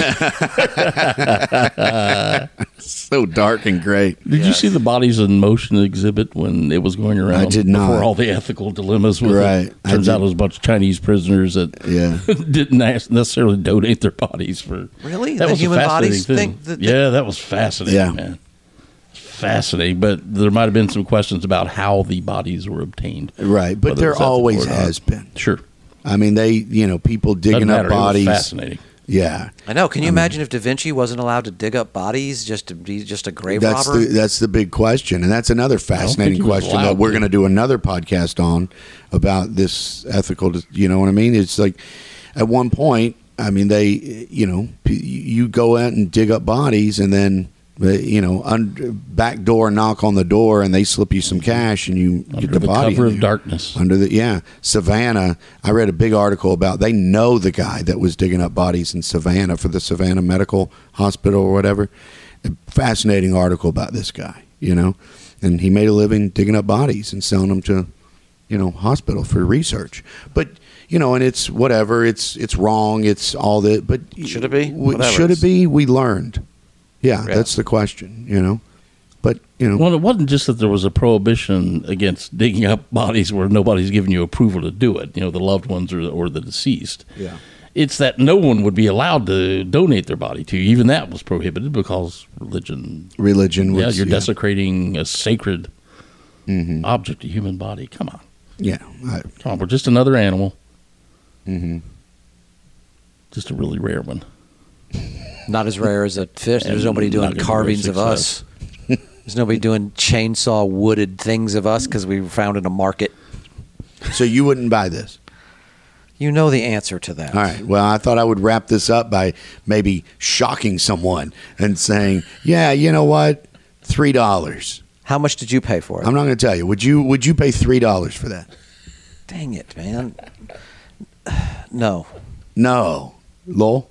Speaker 1: so dark and great.
Speaker 2: Did you see the bodies in motion exhibit when it was going around?
Speaker 1: I did not.
Speaker 2: Before all the ethical dilemmas with
Speaker 1: Right,
Speaker 2: it.
Speaker 1: I
Speaker 2: Turns out
Speaker 1: did-
Speaker 2: it was a bunch of Chinese prisoners that
Speaker 1: Yeah.
Speaker 2: didn't ask, necessarily donate their bodies for.
Speaker 3: Really?
Speaker 2: That
Speaker 3: The
Speaker 2: was
Speaker 3: human
Speaker 2: a fascinating
Speaker 3: bodies
Speaker 2: thing.
Speaker 3: think that-
Speaker 2: yeah, that was fascinating,
Speaker 1: Yeah.
Speaker 2: man. Fascinating, but there might have been some questions about how the bodies were obtained.
Speaker 1: Right, but
Speaker 2: whether
Speaker 1: there
Speaker 2: it was ethical
Speaker 1: always
Speaker 2: or not.
Speaker 1: has been.
Speaker 2: Sure,
Speaker 1: I mean, they, you know, people
Speaker 2: doesn't
Speaker 1: digging
Speaker 2: matter.
Speaker 1: up
Speaker 2: It was
Speaker 1: bodies.
Speaker 2: fascinating.
Speaker 1: Yeah,
Speaker 3: I know. Can you imagine if Da Vinci wasn't allowed to dig up bodies just to be just a grave
Speaker 1: that's
Speaker 3: robber?
Speaker 1: the that's the big question, and that's another fascinating
Speaker 2: he was
Speaker 1: question that
Speaker 2: allowed
Speaker 1: we're
Speaker 2: to.
Speaker 1: going to do another podcast on about this ethical. You know what I mean? It's like at one point, I mean, they, you know, p- you go out and dig up bodies, and then uh, you know, un- back door knock on the door, and they slip you some cash, and you get
Speaker 2: Under
Speaker 1: the,
Speaker 2: the,
Speaker 1: body
Speaker 2: cover
Speaker 1: in there.
Speaker 2: of darkness.
Speaker 1: Under the yeah, Savannah. I read a big article about they know the guy that was digging up bodies in Savannah for the Savannah Medical Hospital or whatever. A fascinating article about this guy, you know, and he made a living digging up bodies and selling them to, you know, hospital for research. But you know, and it's whatever. It's it's wrong. It's all that. But
Speaker 4: Should it be?
Speaker 1: We,
Speaker 4: Whatever.
Speaker 1: should it be? We learned. Yeah,
Speaker 4: Yeah.
Speaker 1: that's the question. You know, but you know,
Speaker 2: Well, it wasn't just that there was a prohibition against digging up bodies where nobody's giving you approval to do it. You know, the loved ones or or the deceased.
Speaker 1: Yeah.
Speaker 2: It's that no one would be allowed to donate their body to you. Even that was prohibited because religion.
Speaker 1: religion.
Speaker 2: yeah, Mm-hmm.
Speaker 1: Was,
Speaker 2: you're desecrating a sacred object, a human body. Come on,
Speaker 1: Yeah, I,
Speaker 2: come on. We're just another animal. Mm-hmm. Just a really rare one.
Speaker 3: Not as rare as a fish. There's
Speaker 2: And
Speaker 3: nobody
Speaker 2: not
Speaker 3: doing
Speaker 2: gonna be
Speaker 3: carvings
Speaker 2: very
Speaker 3: of us. There's nobody doing chainsaw wooded things of us because we were found in a market.
Speaker 1: so you wouldn't buy this.
Speaker 3: You know the answer to that.
Speaker 1: All right. Well, I thought I would wrap this up by maybe shocking someone and saying, "Yeah, you know what? Three dollars.
Speaker 3: How much did you pay for it?
Speaker 1: I'm not going to tell you. Would you? Would you pay three dollars for that?
Speaker 3: Dang it, man. No.
Speaker 1: No, Lowell.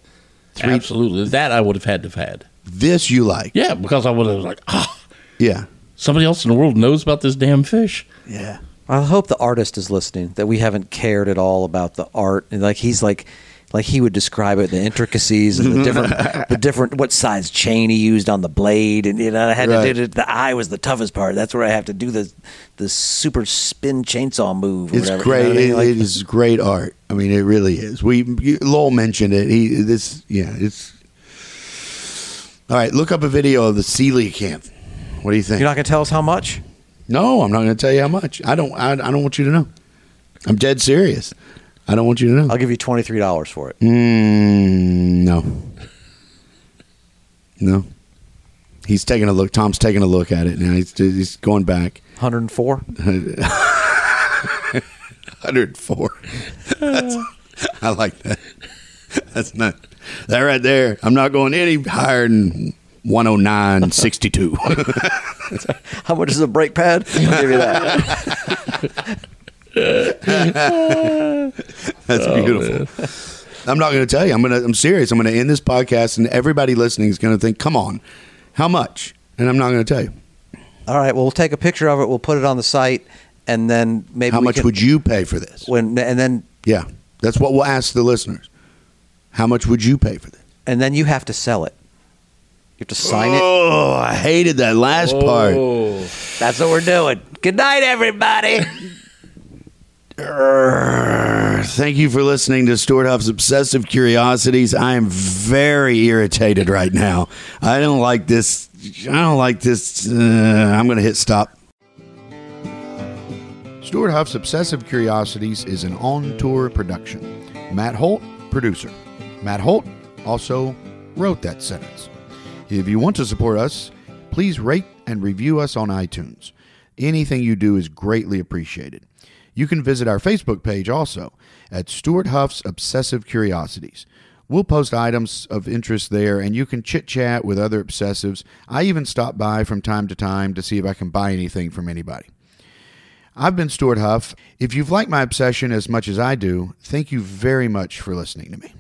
Speaker 1: Three-
Speaker 2: Absolutely, that I would have had to have had.
Speaker 1: This you like?
Speaker 2: Yeah, because I would have like, ah,
Speaker 1: Yeah.
Speaker 2: somebody else in the world knows about this damn fish.
Speaker 1: Yeah.
Speaker 3: I hope the artist is listening that we haven't cared at all about the art. And like he's like
Speaker 4: like he would describe it, the intricacies and the different, the different what size chain he used on the blade, and you know, I had to
Speaker 1: Right.
Speaker 4: do it. The eye was the toughest part. That's where I have to do the, the super spin chainsaw move. Or
Speaker 1: It's
Speaker 4: whatever, you know
Speaker 1: great.
Speaker 4: what I mean?
Speaker 1: It-
Speaker 4: Like-
Speaker 1: it is great art. I mean, it really is. We you- Lowell mentioned it. He this yeah. It's all right. Look up a video of the Sealy camp. What do you think?
Speaker 3: not gonna tell us how much?
Speaker 1: no, I'm not going to tell you how much. I don't. I, I don't want you to know. I'm dead serious. I don't want you to know.
Speaker 3: I'll give you twenty three dollars for it.
Speaker 1: Mm, no. No. He's taking a look. Tom's taking a look at it now. He's he's going back.
Speaker 3: Hundred and four.
Speaker 1: 104. That's, I like that. That's not that right there. I'm not going any higher than 109.62.
Speaker 4: How much is a brake pad? I'll give you that.
Speaker 1: That's beautiful. I'm not going to tell you. I'm going to. I'm serious. I'm going to end this podcast, and everybody listening is going to think, "Come on, how much?" And I'm not going to tell you.
Speaker 3: All right. Well, we'll take a picture of it. We'll put it on the site, and then maybe
Speaker 1: How
Speaker 3: we
Speaker 1: much
Speaker 3: can-
Speaker 1: would you pay for this?
Speaker 3: when and then
Speaker 1: Yeah, that's what we'll ask the listeners. How much would you pay for this?
Speaker 3: and then you have to sell it. You have to sign it.
Speaker 1: Oh, I hated that last part.
Speaker 4: That's what we're doing. Good night, everybody.
Speaker 1: Err, Thank you for listening to Stuart Huff's Obsessive Curiosities. I am very irritated right now. I don't like this. I don't like this. Uh, I'm going to hit stop. Stuart Huff's Obsessive Curiosities is an on tour production. Matt Holt, producer. Matt Holt also wrote that sentence. If you want to support us, please rate and review us on iTunes. Anything you do is greatly appreciated. You can visit our Facebook page also at Stuart Huff's Obsessive Curiosities. We'll post items of interest there and you can chit chat with other obsessives. I even stop by from time to time to see if I can buy anything from anybody. I've been Stuart Huff. If you've liked my obsession as much as I do, thank you very much for listening to me.